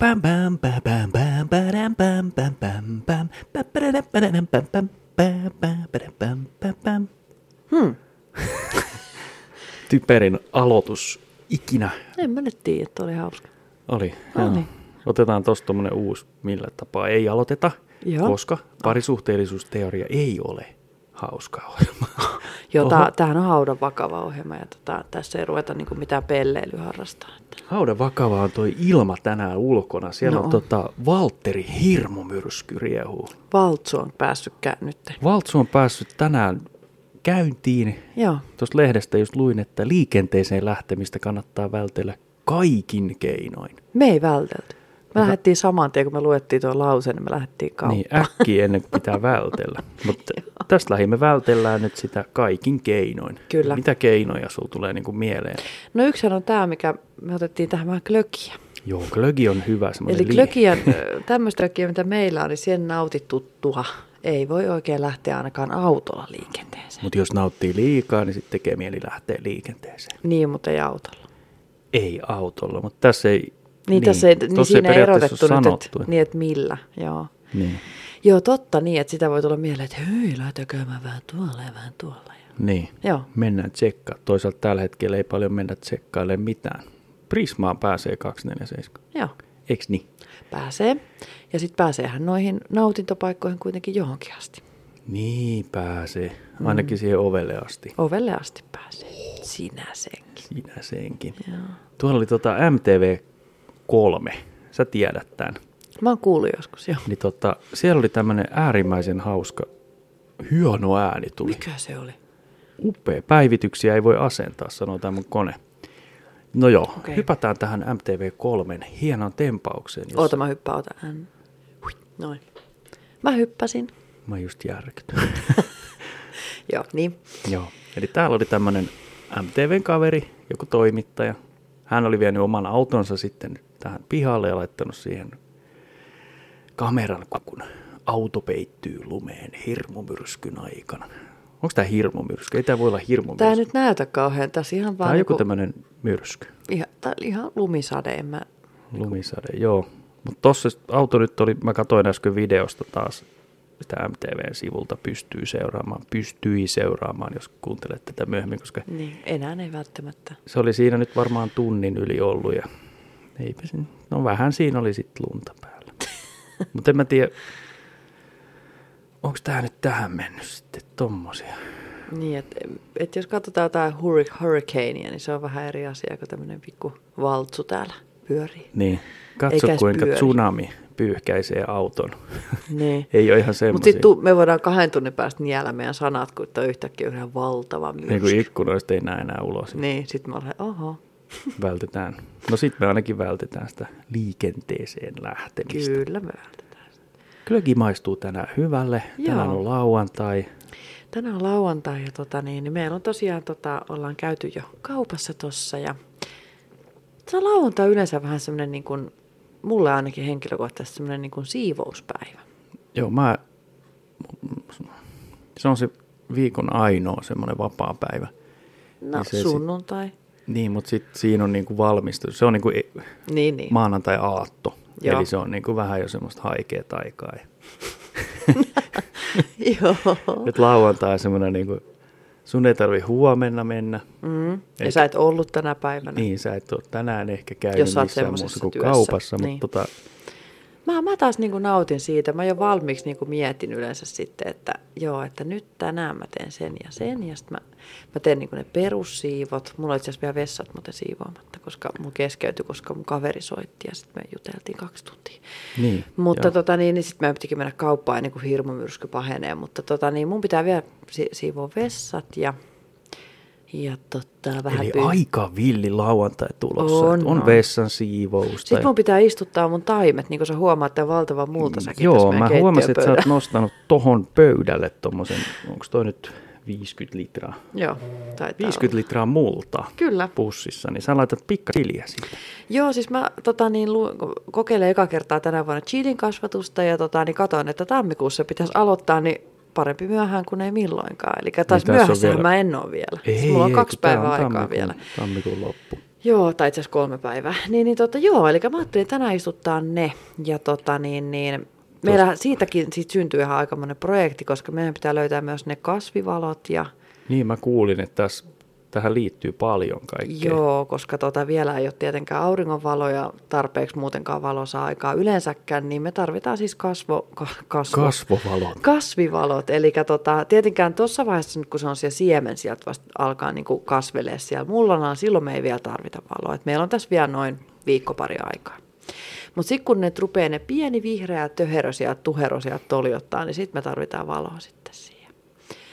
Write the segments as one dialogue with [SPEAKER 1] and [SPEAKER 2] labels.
[SPEAKER 1] Bam, bam, bam, bam, bam, badam, bam, bam, bam, bam, ba, badadam, badadam, bam, bam, ba, ba, badam, bam, bam, bam.
[SPEAKER 2] Hmm.
[SPEAKER 3] Typerin aloitus ikinä
[SPEAKER 2] En mä nyt tiedä, että oli hauska. No niin.
[SPEAKER 3] oli.
[SPEAKER 2] Oli.
[SPEAKER 3] Joo. Otetaan tuossa tuommoinen uusi, millä tapaa ei aloiteta,
[SPEAKER 2] Joo.
[SPEAKER 3] koska parisuhteellisuusteoria ei ole hauska ohjelma.
[SPEAKER 2] Joo, tää, tämähän on haudan vakava ohjelma ja tota, tässä ei ruveta niinku mitään pelleilyä harrastaa. Että.
[SPEAKER 3] Hauda vakavaa on toi ilma tänään ulkona. Siellä
[SPEAKER 2] No
[SPEAKER 3] on
[SPEAKER 2] on.
[SPEAKER 3] tota, Valtteri Hirmumyrsky riehuu.
[SPEAKER 2] Valtsu on päässytkään nyt.
[SPEAKER 3] Valtsu on päässyt tänään käyntiin.
[SPEAKER 2] Joo,
[SPEAKER 3] Tuosta lehdestä just luin, että liikenteeseen lähtemistä kannattaa vältellä kaikin keinoin.
[SPEAKER 2] me ei vältelty. Me lähdettiin saman tien, kun me luettiin tuo lause, niin me lähdettiin kauppaan.
[SPEAKER 3] Niin äkkiä ennen kuin pitää vältellä. Mutta tästä lähimme vältellään nyt sitä kaikin keinoin.
[SPEAKER 2] Kyllä.
[SPEAKER 3] Mitä keinoja sulla tulee niinku mieleen?
[SPEAKER 2] No yksihän on tämä, mikä me otettiin tähän vähän klökiä.
[SPEAKER 3] Joo, klögi on hyvä semmoinen
[SPEAKER 2] Eli
[SPEAKER 3] lii-
[SPEAKER 2] klökiä, tämmöistä klökiä, mitä meillä on, niin sen nautituttua ei voi oikein lähteä ainakaan autolla liikenteeseen.
[SPEAKER 3] Mutta jos nauttii liikaa, niin sitten tekee mieli lähteä liikenteeseen.
[SPEAKER 2] Niin, mutta ei autolla.
[SPEAKER 3] Ei autolla, mutta tässä ei...
[SPEAKER 2] Niin, niin, tässä ei, niin
[SPEAKER 3] tossa
[SPEAKER 2] siinä ei
[SPEAKER 3] periaatteessa
[SPEAKER 2] erotettu
[SPEAKER 3] ole
[SPEAKER 2] nyt,
[SPEAKER 3] sanottu,
[SPEAKER 2] että, niin, että millä. Joo.
[SPEAKER 3] niin.
[SPEAKER 2] joo, totta niin, että sitä voi tulla mieleen, että hyi, lähtökää mä vähän tuolla ja vähän tuolla. Ja...
[SPEAKER 3] Niin.
[SPEAKER 2] Joo.
[SPEAKER 3] Mennään tsekkaa. Toisaalta tällä hetkellä ei paljon mennä tsekkaille mitään. Prismaan pääsee 247.
[SPEAKER 2] Joo,
[SPEAKER 3] Eiks niin?
[SPEAKER 2] pääsee. Ja sitten pääseehän noihin nautintopaikkoihin kuitenkin johonkin asti.
[SPEAKER 3] Niin pääsee.
[SPEAKER 2] Mm.
[SPEAKER 3] Ainakin siihen ovelle asti.
[SPEAKER 2] Ovelle asti pääsee. Sinä senkin.
[SPEAKER 3] Siinä senkin.
[SPEAKER 2] Joo.
[SPEAKER 3] Tuolla oli tota MTV3. Sä tiedät tämän.
[SPEAKER 2] Mä oon kuullut joskus, joo.
[SPEAKER 3] Niin tota, siellä oli tämmönen äärimmäisen hauska hieno ääni tuli.
[SPEAKER 2] Mikä se oli?
[SPEAKER 3] Upea. Päivityksiä ei voi asentaa, sanoo tämä mun kone. No joo, okay.
[SPEAKER 2] Okei.
[SPEAKER 3] hypätään tähän MTV3 hienon tempaukseen. jossa-
[SPEAKER 2] Oota, mä hyppään, ota N. Hui, Noin. Mä hyppäsin.
[SPEAKER 3] Mä just järkytyin.
[SPEAKER 2] Joo, niin.
[SPEAKER 3] Joo. Eli täällä oli tämmöinen MTVn kaveri, joku toimittaja. Hän oli vienyt oman autonsa sitten tähän pihalle ja laittanut siihen kameran, kun auto peittyy lumeen hirmumyrskyn aikana. Onko tämä hirmumyrsky? Ei tämä voi olla hirmumyrsky.
[SPEAKER 2] Tää ei nyt näytä kauhean. Tässä ihan
[SPEAKER 3] Tää
[SPEAKER 2] vaan
[SPEAKER 3] on joku
[SPEAKER 2] niinku-
[SPEAKER 3] tämmöinen myrsky,
[SPEAKER 2] ihan, tää oli ihan lumisade. En mä...
[SPEAKER 3] lumisade, joo. Mutta tossa auto nyt oli, mä katsoin äsken videosta taas, sitä MTVn sivulta pystyy seuraamaan, pystyi seuraamaan, jos kuuntelet tätä myöhemmin, koska
[SPEAKER 2] Niin, enää ei välttämättä.
[SPEAKER 3] se oli siinä nyt varmaan tunnin yli ollut ja eipä sen, no vähän siinä oli sitten lunta päällä. Mutta en mä tiedä, onko tämä nyt tähän mennyt sitten tommosia.
[SPEAKER 2] Niin, että et jos katsotaan jotain hurri- hurricanea, niin se on vähän eri asia kuin tämmöinen pikku valtsu täällä pyörii.
[SPEAKER 3] Niin, katso
[SPEAKER 2] Eikä edes
[SPEAKER 3] kuinka
[SPEAKER 2] pyöri.
[SPEAKER 3] tsunami pyyhkäisee auton.
[SPEAKER 2] Niin.
[SPEAKER 3] Ei ole ihan
[SPEAKER 2] Mutta
[SPEAKER 3] semmoisia.
[SPEAKER 2] sitten tu- me voidaan kahden tunnin päästä niellä meidän sanat, kun tämä on yhtäkkiä ihan valtava myrsky.
[SPEAKER 3] Niin kuin ikkunoista ei näe enää ulos.
[SPEAKER 2] Niin, sitten mä olen, oho,
[SPEAKER 3] Vältetään. No sitten me ainakin vältetään sitä liikenteeseen lähtemistä. Kyllä.
[SPEAKER 2] kyllä me vältetään.
[SPEAKER 3] Kylläkin maistuu tänään hyvälle. Joo. Tänään
[SPEAKER 2] Joo.
[SPEAKER 3] on lauantai.
[SPEAKER 2] Tänään on lauantai ja tota, niin, niin meillä on tosiaan, tota, ollaan käyty jo kaupassa tossa ja se on lauantai yleensä vähän semmoinen niin kuin, mulle ainakin henkilökohtaisesti semmoinen niin kuin siivouspäivä.
[SPEAKER 3] Joo, mä... Se on se viikon ainoa semmoinen vapaa päivä.
[SPEAKER 2] No
[SPEAKER 3] Niin se sit-
[SPEAKER 2] sunnuntai.
[SPEAKER 3] Niin, mutta sitten siinä on niinku valmistus. Se on niinku e-
[SPEAKER 2] Niin, niin.
[SPEAKER 3] maanantai-aatto.
[SPEAKER 2] Joo.
[SPEAKER 3] Eli se on niinku vähän jo semmoista haikeaa aikaa. Ja-
[SPEAKER 2] Joo.
[SPEAKER 3] Nyt lauantai on semmoinen niinku, sun ei tarvi huomenna mennä.
[SPEAKER 2] Mm.
[SPEAKER 3] Eikä-
[SPEAKER 2] Ja sä et ollut tänä päivänä.
[SPEAKER 3] Niin, sä et ole tänään ehkä käynyt
[SPEAKER 2] Jos sä oot
[SPEAKER 3] missään muussa
[SPEAKER 2] semmosessa
[SPEAKER 3] kuin
[SPEAKER 2] työssä.
[SPEAKER 3] kaupassa, mutta
[SPEAKER 2] Niin.
[SPEAKER 3] tota,
[SPEAKER 2] Mä, mä taas niin nautin siitä. Mä jo valmiiksi niin mietin yleensä sitten, että joo, että nyt tänään mä teen sen ja sen. Ja sitten mä, mä teen niin ne perussiivot. Mulla on itse asiassa vielä vessat muuten siivoamatta, koska mun keskeytyi, koska mun kaveri soitti ja sitten me juteltiin kaksi tuntia.
[SPEAKER 3] Niin,
[SPEAKER 2] Mutta
[SPEAKER 3] joo.
[SPEAKER 2] tota, niin, niin sitten meidän pitikin mennä kauppaan ennen kuin hirmumyrsky pahenee. Mutta tota, niin mun pitää vielä si- siivoa vessat ja, ja tota, vähän
[SPEAKER 3] Eli
[SPEAKER 2] pyy-
[SPEAKER 3] aika villi lauantai tulossa.
[SPEAKER 2] On,
[SPEAKER 3] On, on
[SPEAKER 2] on.
[SPEAKER 3] vessan siivousta.
[SPEAKER 2] Sitten
[SPEAKER 3] ja-
[SPEAKER 2] mun pitää istuttaa mun taimet, niin kuin sä huomaat, tämä on valtava multasäkin tässä
[SPEAKER 3] Joo,
[SPEAKER 2] meidän
[SPEAKER 3] mä huomasin, että sä oot
[SPEAKER 2] keittiöpöydällä.
[SPEAKER 3] nostanut tohon pöydälle tommosen, onko toi nyt 50 litraa?
[SPEAKER 2] Joo,
[SPEAKER 3] no-
[SPEAKER 2] taitaa
[SPEAKER 3] 50 litraa multa
[SPEAKER 2] Kyllä.
[SPEAKER 3] pussissa, niin sä laitat pikka chiliä siitä.
[SPEAKER 2] Joo, siis mä tota, niin, lu- kokeilen eka kertaa tänä vuonna chilin kasvatusta ja tota, niin katsoin, että tammikuussa pitäisi aloittaa, niin parempi myöhään kuin ei milloinkaan. Eli
[SPEAKER 3] tässä
[SPEAKER 2] taas
[SPEAKER 3] Niin, on
[SPEAKER 2] myöhässähän
[SPEAKER 3] vielä-
[SPEAKER 2] vielä... mä en ole vielä. Siis mulla on kaksi
[SPEAKER 3] kun tää
[SPEAKER 2] päivää
[SPEAKER 3] on
[SPEAKER 2] aikaa
[SPEAKER 3] tammikuun-
[SPEAKER 2] vielä.
[SPEAKER 3] Tammikuun loppu.
[SPEAKER 2] Joo, tai itse asiassa kolme päivää. Niin, niin tota, joo, eli mä ajattelin tänään istuttaa ne. Ja tota, niin, niin, meillä siitäkin siitä syntyy ihan aikamoinen projekti, koska meidän pitää löytää myös ne kasvivalot ja
[SPEAKER 3] Niin mä kuulin, että tässä, tähän liittyy paljon kaikkea.
[SPEAKER 2] Joo, koska tota, vielä ei ole tietenkään auringonvaloja tarpeeksi muutenkaan valosaa aikaa yleensäkään, niin me tarvitaan siis kasvo, ka, kasvo,
[SPEAKER 3] Kasvovalot.
[SPEAKER 2] kasvivalot. Eli tota, tietenkään tuossa vaiheessa, nyt kun se on siellä siemen, sieltä vasta alkaa niin kuin kasvelee siellä mullanaan, silloin me ei vielä tarvita valoa. Et meillä on tässä vielä noin viikko pari aikaa. Mutta sitten kun ne rupeaa ne pieni vihreä töherösiä, tuherosia toljottaa, niin sitten me tarvitaan valoa sitten siihen.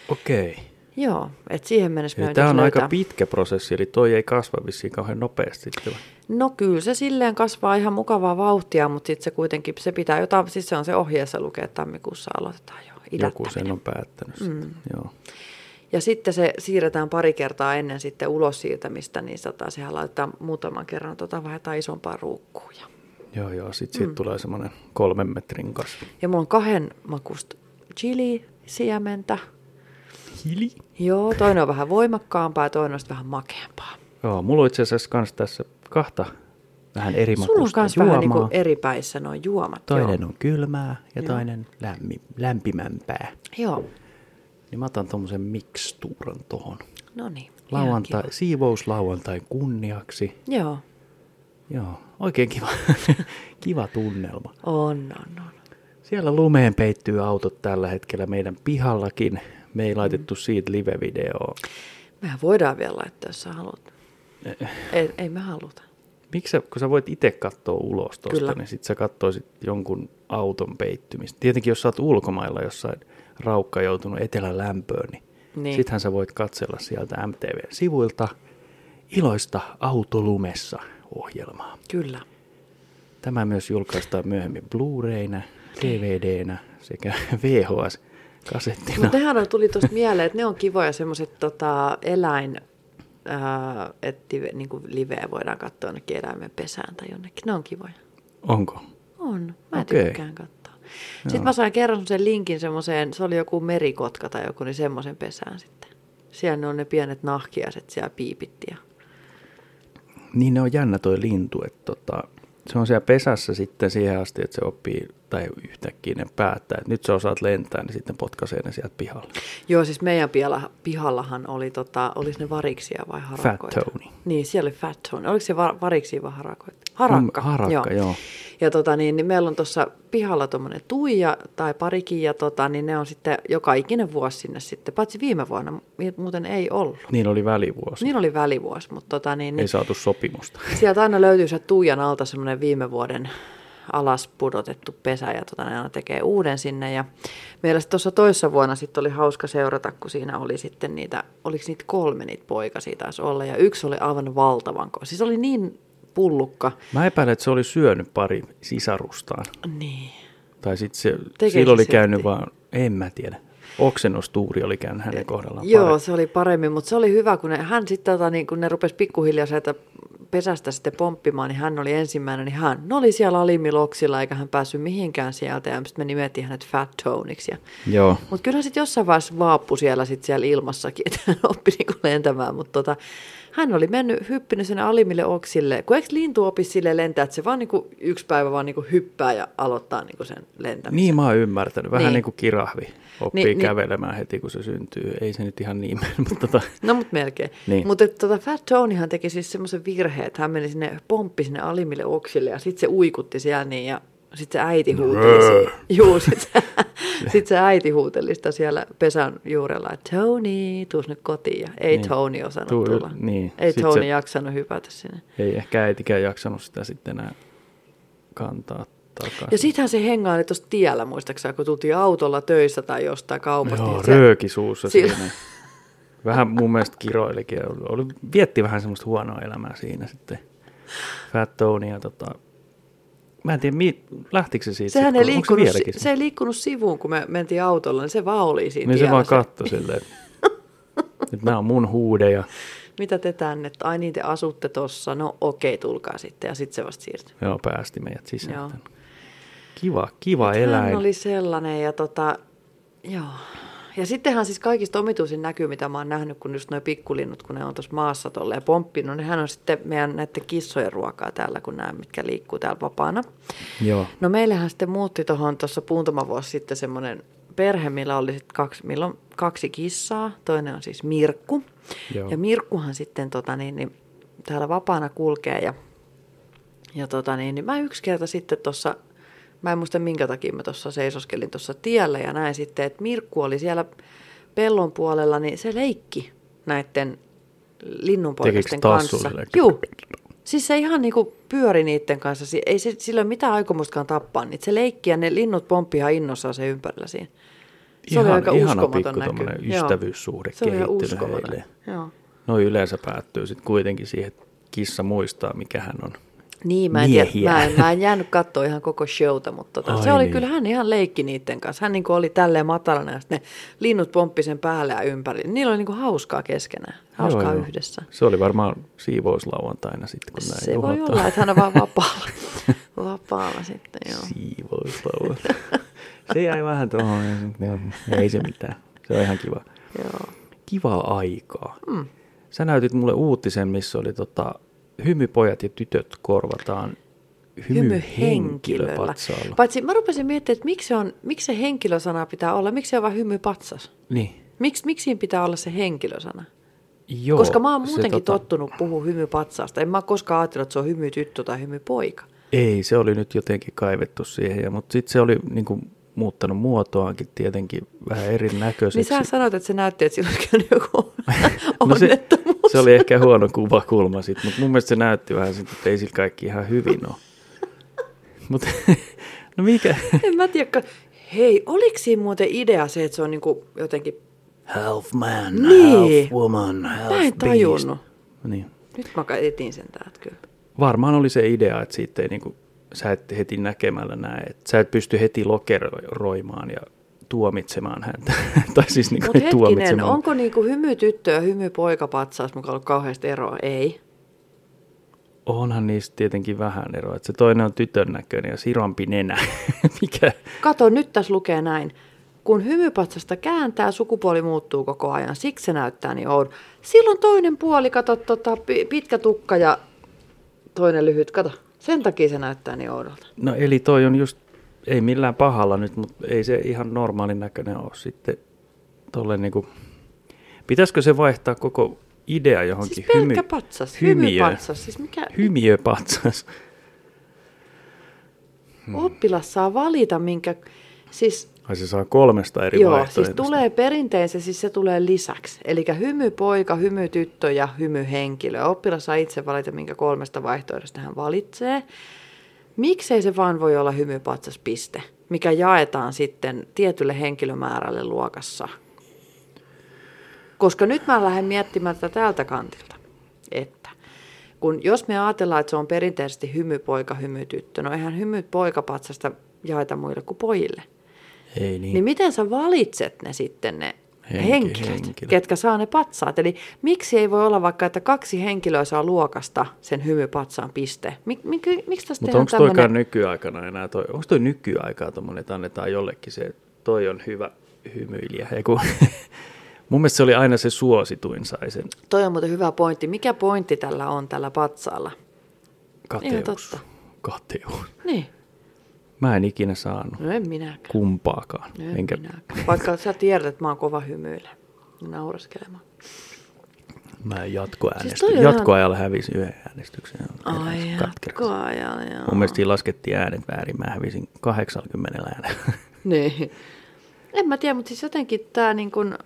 [SPEAKER 3] Okei.
[SPEAKER 2] Joo, että siihen mennessä
[SPEAKER 3] Okay.
[SPEAKER 2] me
[SPEAKER 3] Tämä on
[SPEAKER 2] löytää.
[SPEAKER 3] aika pitkä prosessi, eli toi ei kasva vissiin kauhean nopeasti. Kyllä.
[SPEAKER 2] No kyllä se silleen kasvaa ihan mukavaa vauhtia, mutta sitten se kuitenkin, se pitää jotain, siis se on se ohjeessa lukee, että tammikuussa aloitetaan jo
[SPEAKER 3] Joku
[SPEAKER 2] idättäminen.
[SPEAKER 3] sen on päättänyt. Mm. Joo.
[SPEAKER 2] Ja sitten se siirretään pari kertaa ennen sitten ulos siirtämistä, niin tota, sehän laitetaan muutaman kerran, tota, vaihdetaan isompaan ruukkuun. Ja,
[SPEAKER 3] Joo, joo. Sitten siitä mm. tulee semmoinen kolmen metrin kasvi.
[SPEAKER 2] ja mulla on kahden makusta chili siementä.
[SPEAKER 3] Hili?
[SPEAKER 2] Joo, toinen on vähän voimakkaampaa ja toinen on sitten vähän makeampaa.
[SPEAKER 3] Joo, mulla on itse asiassa kans tässä kahta vähän eri
[SPEAKER 2] Sulla on
[SPEAKER 3] makuista
[SPEAKER 2] myös vähän niin
[SPEAKER 3] juomaa.
[SPEAKER 2] kuin eri päissä nuo juomat.
[SPEAKER 3] Toinen on kylmää ja joo. toinen lämmi, lämpimämpää.
[SPEAKER 2] Joo, joo.
[SPEAKER 3] Niin mä otan tommosen mikstuuran tohon.
[SPEAKER 2] no niin. ihan
[SPEAKER 3] Lauantai, siivouslauantain kunniaksi.
[SPEAKER 2] kiva. Joo,
[SPEAKER 3] Joo, oikein kiva, kiva tunnelma.
[SPEAKER 2] on, on, on.
[SPEAKER 3] Siellä lumeen peittyy autot tällä hetkellä meidän pihallakin. Me ei laitettu
[SPEAKER 2] Mm.
[SPEAKER 3] siitä live-videoa.
[SPEAKER 2] Mehän voidaan vielä laittaa, jos sä haluat.
[SPEAKER 3] Eh.
[SPEAKER 2] Ei, ei me haluta.
[SPEAKER 3] Miksi sä, kun sä voit itse katsoa ulos
[SPEAKER 2] Kyllä.
[SPEAKER 3] tuosta, niin sit sä katsoisit jonkun auton peittymistä. Tietenkin jos sä oot ulkomailla jossain raukka joutunut etelän lämpöön, niin,
[SPEAKER 2] Niin.
[SPEAKER 3] niin. sittenhän sä voit katsella sieltä MTV-sivuilta iloista autolumessa ohjelmaa.
[SPEAKER 2] Kyllä.
[SPEAKER 3] Tämä myös julkaistaan myöhemmin Blu-rayna, DVDnä sekä VHS-kasettina.
[SPEAKER 2] Mutta nehän tuli tuosta mieleen, että ne on kivoja semmoiset tota, eläin, ää, että niin kuin liveä voidaan katsoa jonnekin eläimen pesään tai jonnekin. Ne on kivoja.
[SPEAKER 3] Onko?
[SPEAKER 2] On. Mä okay.
[SPEAKER 3] Okei.
[SPEAKER 2] tykkään katsoa. Sitten mä sain kerran sen linkin semmoiseen, se oli joku merikotka tai joku, niin semmoisen pesään sitten. Siellä ne on ne pienet nahkiaiset siellä piipitti ja
[SPEAKER 3] Niin ne on jännä toi lintu, että tota, se on siellä pesässä sitten siihen asti, että se oppii tai yhtäkkiä ne päättää, että nyt sä osaat lentää, niin sitten potkaisee ne sieltä pihalle.
[SPEAKER 2] Joo, siis meidän pihala, pihallahan oli, tota, olis ne variksia vai harakoita?
[SPEAKER 3] Fat Tony.
[SPEAKER 2] Niin, siellä oli Fat Tony. Oliko se va- variksia vai harakoita? Harakka.
[SPEAKER 3] Mm, harakka, joo.
[SPEAKER 2] Ja tota, niin, niin meillä on tuossa pihalla tuommoinen tuija tai parikin, ja tota, niin ne on sitten joka ikinen vuosi sinne sitten, paitsi viime vuonna, mi- muuten ei ollut.
[SPEAKER 3] Niillä oli välivuosi, niin,
[SPEAKER 2] Niillä oli välivuosi, mutta tota, niin,
[SPEAKER 3] ei
[SPEAKER 2] niin,
[SPEAKER 3] saatu sopimusta.
[SPEAKER 2] sieltä aina löytyy se tuijan alta semmoinen viime vuoden alas pudotettu pesä ja tota, ne aina tekee uuden sinne. Ja meillä sit tuossa toissa vuonna sitten oli hauska seurata, kun siinä oli sitten niitä, oliko niitä kolme niitä poikasia taisi olla ja yksi oli aivan valtavan ko. Siis oli niin pullukka.
[SPEAKER 3] Mä epäilen, että se oli syönyt pari sisarustaan.
[SPEAKER 2] Niin.
[SPEAKER 3] Tai sitten se,
[SPEAKER 2] Tekeekö
[SPEAKER 3] sillä oli
[SPEAKER 2] se
[SPEAKER 3] käynyt
[SPEAKER 2] silti?
[SPEAKER 3] vaan, en mä tiedä. Oksennustuuri oli käynyt hänen kohdallaan
[SPEAKER 2] Joo,
[SPEAKER 3] pari.
[SPEAKER 2] se oli paremmin, mutta se oli hyvä, kun ne, hän sitten tota, niin, kun ne rupesi pikkuhiljaa sieltä pesästä sitten pomppimaan, niin hän oli ensimmäinen, niin hän oli siellä alimmiloksilla, eikä hän päässyt mihinkään sieltä, ja sitten me nimettiin hänet Fat Toniksi. Ja
[SPEAKER 3] Joo.
[SPEAKER 2] Mutta kyllä sitten jossain vaiheessa vaappu siellä, sit siellä ilmassakin, että hän oppi niinku lentämään. Mutta tota, hän oli mennyt, hyppinyt sen alimmille oksille. Kun eikö lintu opi sille lentää, että se vaan niinku yksi päivä vaan niinku hyppää ja aloittaa niinku sen lentämisen.
[SPEAKER 3] Niin mä oon ymmärtänyt. Vähän
[SPEAKER 2] Niin.
[SPEAKER 3] niin, niin kuin kirahvi oppii
[SPEAKER 2] Niin,
[SPEAKER 3] niin,
[SPEAKER 2] niin.
[SPEAKER 3] kävelemään heti, kun se syntyy. Ei se nyt ihan niin mene, mutta tota,
[SPEAKER 2] No mut melkein. Niin.
[SPEAKER 3] Niin.
[SPEAKER 2] Mutta tota, Fat Tonyhan teki siis semmoisen virheen, että hän meni sinne, pomppi sinne alimmille oksille ja sitten se uikutti siellä niin ja sitten se äiti huuteli. se- Juu, sitten se, sit se äiti huuteli sitä siellä pesän juurella, että Tony, tuus nyt kotiin. Ja ei niin.
[SPEAKER 3] Niin.
[SPEAKER 2] Tony osannut
[SPEAKER 3] Tuu-
[SPEAKER 2] tulla.
[SPEAKER 3] niin.
[SPEAKER 2] Ei
[SPEAKER 3] Sit
[SPEAKER 2] Tony
[SPEAKER 3] se-
[SPEAKER 2] jaksanut hypätä sinne.
[SPEAKER 3] ei ehkä äitikään jaksanut sitä sitten enää kantaa takaisin.
[SPEAKER 2] Ja sittenhän se hengaili tuossa tiellä, muistaakseni, kun tultiin autolla töissä tai jostain kaupasta.
[SPEAKER 3] Joo,
[SPEAKER 2] niin se-
[SPEAKER 3] rööki suussa
[SPEAKER 2] Sillä-
[SPEAKER 3] siinä. Vähän mun mielestä kiroilikin. ja Oli, oli, vietti vähän semmoista huonoa elämää siinä sitten. Fat Tony ja tota, Mä en tiedä, mi, lähtikö se siitä?
[SPEAKER 2] Sehän
[SPEAKER 3] sit,
[SPEAKER 2] ei
[SPEAKER 3] kun- onko
[SPEAKER 2] liikkunut,
[SPEAKER 3] se,
[SPEAKER 2] se,
[SPEAKER 3] vieläkin
[SPEAKER 2] se ei liikkunut sivuun, kun me mentiin autolla, niin se vaan oli siinä
[SPEAKER 3] siinä? Niin se
[SPEAKER 2] tiellä,
[SPEAKER 3] vaan katsoi silleen, että nämä on mun huude ja
[SPEAKER 2] mitä te tänne, ai niin te asutte tossa, no okei, tulkaa sitten. Ja sitten se vasta siirtyi.
[SPEAKER 3] joo, päästi meidät sisään.
[SPEAKER 2] Joo.
[SPEAKER 3] Kiva, kiva eläin.
[SPEAKER 2] Hän oli sellainen ja tota, joo. Ja Ja sittenhän siis kaikista omituisin näkyy, mitä mä oon nähnyt, kun just nuo pikkulinnut, kun ne on tuossa maassa tolleen pomppinut, nehän on sitten meidän näiden kissojen ruokaa täällä, kun nämä, mitkä liikkuu täällä vapaana.
[SPEAKER 3] Joo.
[SPEAKER 2] No meillähän sitten muutti tuohon tuossa puuntama vuosi sitten semmoinen perhe, millä oli sitten kaksi, millä on kaksi kissaa. Toinen on siis Mirkku.
[SPEAKER 3] Joo.
[SPEAKER 2] Ja Mirkkuhan sitten tota, niin, niin, täällä vapaana kulkee ja, ja tota, niin, niin, mä yksi kerta sitten tuossa, mä en muista minkä takia mä tuossa seisoskelin tuossa tiellä ja näin sitten, että Mirkku oli siellä pellon puolella, niin se leikki näiden linnunpoikasten
[SPEAKER 3] Tekikö taas
[SPEAKER 2] kanssa.
[SPEAKER 3] sulle?
[SPEAKER 2] Juu, Siis se ihan niinku pyöri niiden kanssa. Si- Ei se, sillä ole mitään aikomustakaan tappaa niitä. Se leikki ja ne linnut pomppihan innossaan se ympärillä siinä. Se
[SPEAKER 3] Ihan-
[SPEAKER 2] oli aika
[SPEAKER 3] ihana
[SPEAKER 2] uskomaton
[SPEAKER 3] pikku
[SPEAKER 2] näky.
[SPEAKER 3] tommonen
[SPEAKER 2] Joo.
[SPEAKER 3] ystävyyssuhde
[SPEAKER 2] Se oli ihan
[SPEAKER 3] kehittynyt
[SPEAKER 2] uskomaton.
[SPEAKER 3] heille.
[SPEAKER 2] Joo.
[SPEAKER 3] No yleensä päättyy sitten kuitenkin siihen, että kissa muistaa, mikä hän on.
[SPEAKER 2] Niin, mä en, tiedä,
[SPEAKER 3] Miehiä.
[SPEAKER 2] mä, en, mä en jäänyt katsoa ihan koko showta, mutta tota,
[SPEAKER 3] Ai
[SPEAKER 2] se oli
[SPEAKER 3] niin.
[SPEAKER 2] kyllä, hän ihan leikki niiden kanssa. Hän niinku oli tälleen matalana ja sitten ne linnut pomppi sen päälle ja ympäri. Niillä oli niinku hauskaa keskenään, hauskaa
[SPEAKER 3] Joo,
[SPEAKER 2] joo,
[SPEAKER 3] joo.
[SPEAKER 2] yhdessä.
[SPEAKER 3] Se oli varmaan siivouslauantaina sitten, kun näin
[SPEAKER 2] Se voi
[SPEAKER 3] juhlataan.
[SPEAKER 2] olla, että hän on vaan vapaalla, vapaalla sitten, joo.
[SPEAKER 3] Siivouslauantai. se jäi vähän tuohon, no, ei se mitään. Se on ihan kiva.
[SPEAKER 2] joo.
[SPEAKER 3] Kivaa aikaa. Mm. Sä näytit mulle uutisen, missä oli tota, hymypojat ja tytöt korvataan
[SPEAKER 2] hymyhenkilöllä.
[SPEAKER 3] hymyhenkilöpatsaalla.
[SPEAKER 2] Paitsi mä rupesin miettimään, että miksi, se on, miksi se henkilösana pitää olla, miksi se on vain hymypatsas?
[SPEAKER 3] niin.
[SPEAKER 2] Miks, miksi siinä pitää olla se henkilösana?
[SPEAKER 3] Joo,
[SPEAKER 2] Koska mä
[SPEAKER 3] se
[SPEAKER 2] oon muutenkin tota... tottunut puhua hymypatsaasta. En mä oo koskaan ajatellut, että se on hymytyttö tai hymypoika.
[SPEAKER 3] No Ei, se oli nyt jotenkin kaivettu siihen, mutta sitten se oli niinku muuttanut muotoaankin tietenkin vähän
[SPEAKER 2] Niin
[SPEAKER 3] erinäköiseksi.
[SPEAKER 2] sä sanoit, että se näytti, että sillä on käynyt joku
[SPEAKER 3] No se,
[SPEAKER 2] onnettomuus.
[SPEAKER 3] se oli ehkä huono kuvakulma sitten, mutta mun mielestä se näytti vähän siltä, että ei sillä kaikki ihan hyvin ole. Mut, no mikä?
[SPEAKER 2] En mä tiedä. ka- Hei, oliko siinä muuten idea se, että se on niinku jotenkin...
[SPEAKER 1] Half man,
[SPEAKER 2] Niin.
[SPEAKER 1] half woman, half
[SPEAKER 2] Mä en tajunnut.
[SPEAKER 3] Niin.
[SPEAKER 2] Nyt mä etin sen täältä kyllä.
[SPEAKER 3] Varmaan oli se idea, että siitä ei niinku, sä et heti näkemällä näe, että sä et pysty heti lokeroimaan ja tuomitsemaan häntä. tai siis niinku
[SPEAKER 2] Mutta
[SPEAKER 3] ei
[SPEAKER 2] hetkinen,
[SPEAKER 3] tuomitsemaan.
[SPEAKER 2] onko niinku hymytyttö ja hymypoikapatsaus mukaan ollut kauheasti eroa? Ei.
[SPEAKER 3] Onhan niistä tietenkin vähän eroa. että se toinen on tytön näköinen ja sirampi nenä. Mikä?
[SPEAKER 2] Kato, nyt tässä lukee näin. Kun hymypatsasta kääntää, sukupuoli muuttuu koko ajan. Siksi se näyttää niin oudon. Silloin toinen puoli, kato, tota, pi- pitkä tukka ja toinen lyhyt. Kato, sen takia se näyttää niin oudolta.
[SPEAKER 3] No eli toi on just, ei millään pahalla nyt, mutta ei se ihan normaalin näköinen ole sitten tolle niinku, pitäisikö se vaihtaa koko idea johonkin
[SPEAKER 2] Siis pelkkä patsas, hymypatsas. Siis mikä
[SPEAKER 3] Hymiöpatsas.
[SPEAKER 2] oppilas saa valita, minkä... Siis
[SPEAKER 3] Ai se saa kolmesta eri
[SPEAKER 2] Joo, siis
[SPEAKER 3] vaihtoehdosta.
[SPEAKER 2] tulee perinteensä, siis se tulee lisäksi. Eli hymypoika, hymytyttö ja hymyhenkilö. Oppilas saa itse valita, minkä kolmesta vaihtoehdosta hän valitsee. Miksei se vaan voi olla hymypatsas piste, mikä jaetaan sitten tietylle henkilömäärälle luokassa? Koska nyt mä lähden miettimään tätä tältä kantilta, että kun jos me ajatellaan, että se on perinteisesti hymypoika, hymytyttö, no eihän hymypoikapatsasta jaeta muille kuin pojille.
[SPEAKER 3] Ei niin.
[SPEAKER 2] Niin miten sä valitset ne sitten ne
[SPEAKER 3] Henki-
[SPEAKER 2] Henki, henkilöt,
[SPEAKER 3] henkilöt.
[SPEAKER 2] henkilöt, ketkä saa ne patsaat? Eli miksi ei voi olla vaikka, että kaksi henkilöä saa luokasta sen hymypatsaan piste? Mik, mik, miksi
[SPEAKER 3] Mutta
[SPEAKER 2] tässä tehdään
[SPEAKER 3] onko toikaan
[SPEAKER 2] tämmöinen?
[SPEAKER 3] nykyaikana enää toi, onko toi nykyaikaa tommonen, että annetaan jollekin se, että toi on hyvä hymyilijä. Ei kun, mun mielestä se oli aina se suosituin sai sen
[SPEAKER 2] Toi on muuten hyvä pointti. Mikä pointti tällä on tällä patsaalla?
[SPEAKER 3] kateus.
[SPEAKER 2] Ihan totta.
[SPEAKER 3] Kateus.
[SPEAKER 2] Niin,
[SPEAKER 3] Mä en ikinä saanut
[SPEAKER 2] no en minäkään.
[SPEAKER 3] kumpaakaan.
[SPEAKER 2] No en Enkä... minäkään. Vaikka sä tiedät, että mä oon kova hymyillä ja naureskelemaan.
[SPEAKER 3] Mä jatkoäänestin.
[SPEAKER 2] Siis toi
[SPEAKER 3] Siis
[SPEAKER 2] on ihan-
[SPEAKER 3] Jatkoajalla hävisin yhden äänestyksen.
[SPEAKER 2] Ai
[SPEAKER 3] Katkerasti.
[SPEAKER 2] jatkoa ja, ja.
[SPEAKER 3] Mun mielestä siinä laskettiin äänet väärin. Mä hävisin 80 äänellä.
[SPEAKER 2] Niin. En mä tiedä, mutta siis jotenkin tämä niin kun...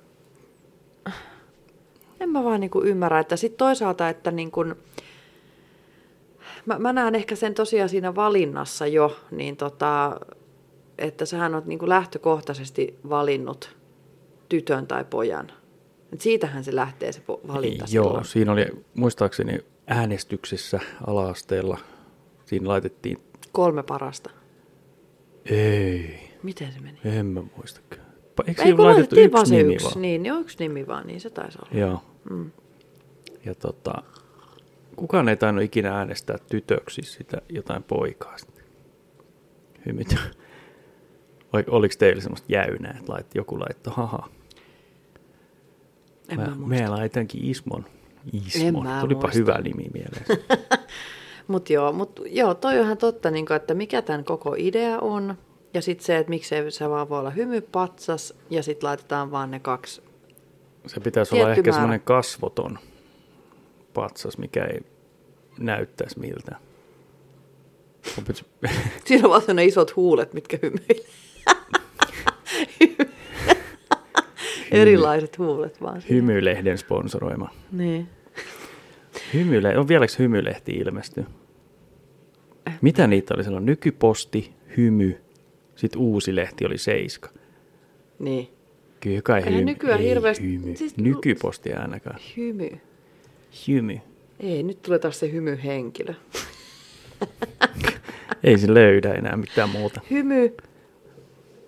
[SPEAKER 2] En mä vaan niin kun ymmärrä, että sitten toisaalta, että niin kun... Mä, mä näen ehkä sen tosiaan siinä valinnassa jo, niin tota, että sähän oot niin kun lähtökohtaisesti valinnut tytön tai pojan. Et siitähän se lähtee se po- valinta
[SPEAKER 3] Joo,
[SPEAKER 2] silloin.
[SPEAKER 3] siinä oli muistaakseni äänestyksessä ala-asteella. Siinä laitettiin,
[SPEAKER 2] Kolme parasta.
[SPEAKER 3] ei,
[SPEAKER 2] Miten se meni?
[SPEAKER 3] en mä muista. kyllä. Pa- Eikö
[SPEAKER 2] Ei
[SPEAKER 3] siinä
[SPEAKER 2] kun
[SPEAKER 3] laitettu
[SPEAKER 2] laitettiin vaan
[SPEAKER 3] yksi
[SPEAKER 2] se
[SPEAKER 3] nimi
[SPEAKER 2] yksi. Mm.
[SPEAKER 3] vaan?
[SPEAKER 2] Niin, joo, yksi nimi vaan, niin se taisi olla.
[SPEAKER 3] Joo. Ja tota, kukaan ei tainnut ikinä äänestää tytöksi sitä jotain poikaa. sitten. Hymyt. Vai oliko teillä semmoista jäynää, että lait, joku laittoi haha?
[SPEAKER 2] En mä muista.
[SPEAKER 3] meillä jotenkin Ismon. Ismon.
[SPEAKER 2] mä
[SPEAKER 3] Tulipa
[SPEAKER 2] muista.
[SPEAKER 3] hyvä nimi mieleen.
[SPEAKER 2] Mutta joo, mut joo, toi on ihan totta, niin kun, että mikä tämän koko idea on. Ja sitten se, että miksei se vaan voi olla hymypatsas ja sitten laitetaan vaan ne kaksi.
[SPEAKER 3] Se pitäisi
[SPEAKER 2] Tietty
[SPEAKER 3] olla ehkä
[SPEAKER 2] määrä.
[SPEAKER 3] semmoinen kasvoton patsas, mikä ei näyttäisi miltään. Opet-
[SPEAKER 2] Siinä on vaan sellainen isot huulet, mitkä hymyilee. Erilaiset huulet vaan. siinä.
[SPEAKER 3] Hymylehden sponsoroima.
[SPEAKER 2] Niin.
[SPEAKER 3] Hymyle- on vieläks hymylehti ilmesty? Mitä niitä oli silloin? Nykyposti, hymy, sitten uusi lehti oli seiska.
[SPEAKER 2] Niin.
[SPEAKER 3] Kyllä kai
[SPEAKER 2] Eihän
[SPEAKER 3] hymy,
[SPEAKER 2] nykyään
[SPEAKER 3] ei
[SPEAKER 2] hirveästi-
[SPEAKER 3] hymy.
[SPEAKER 2] siis-
[SPEAKER 3] Nykyposti ei ainakaan.
[SPEAKER 2] Hymy.
[SPEAKER 3] Hymy.
[SPEAKER 2] Ei, nyt tulee taas se hymyhenkilö.
[SPEAKER 3] Ei se löydä enää mitään muuta.
[SPEAKER 2] Hymy,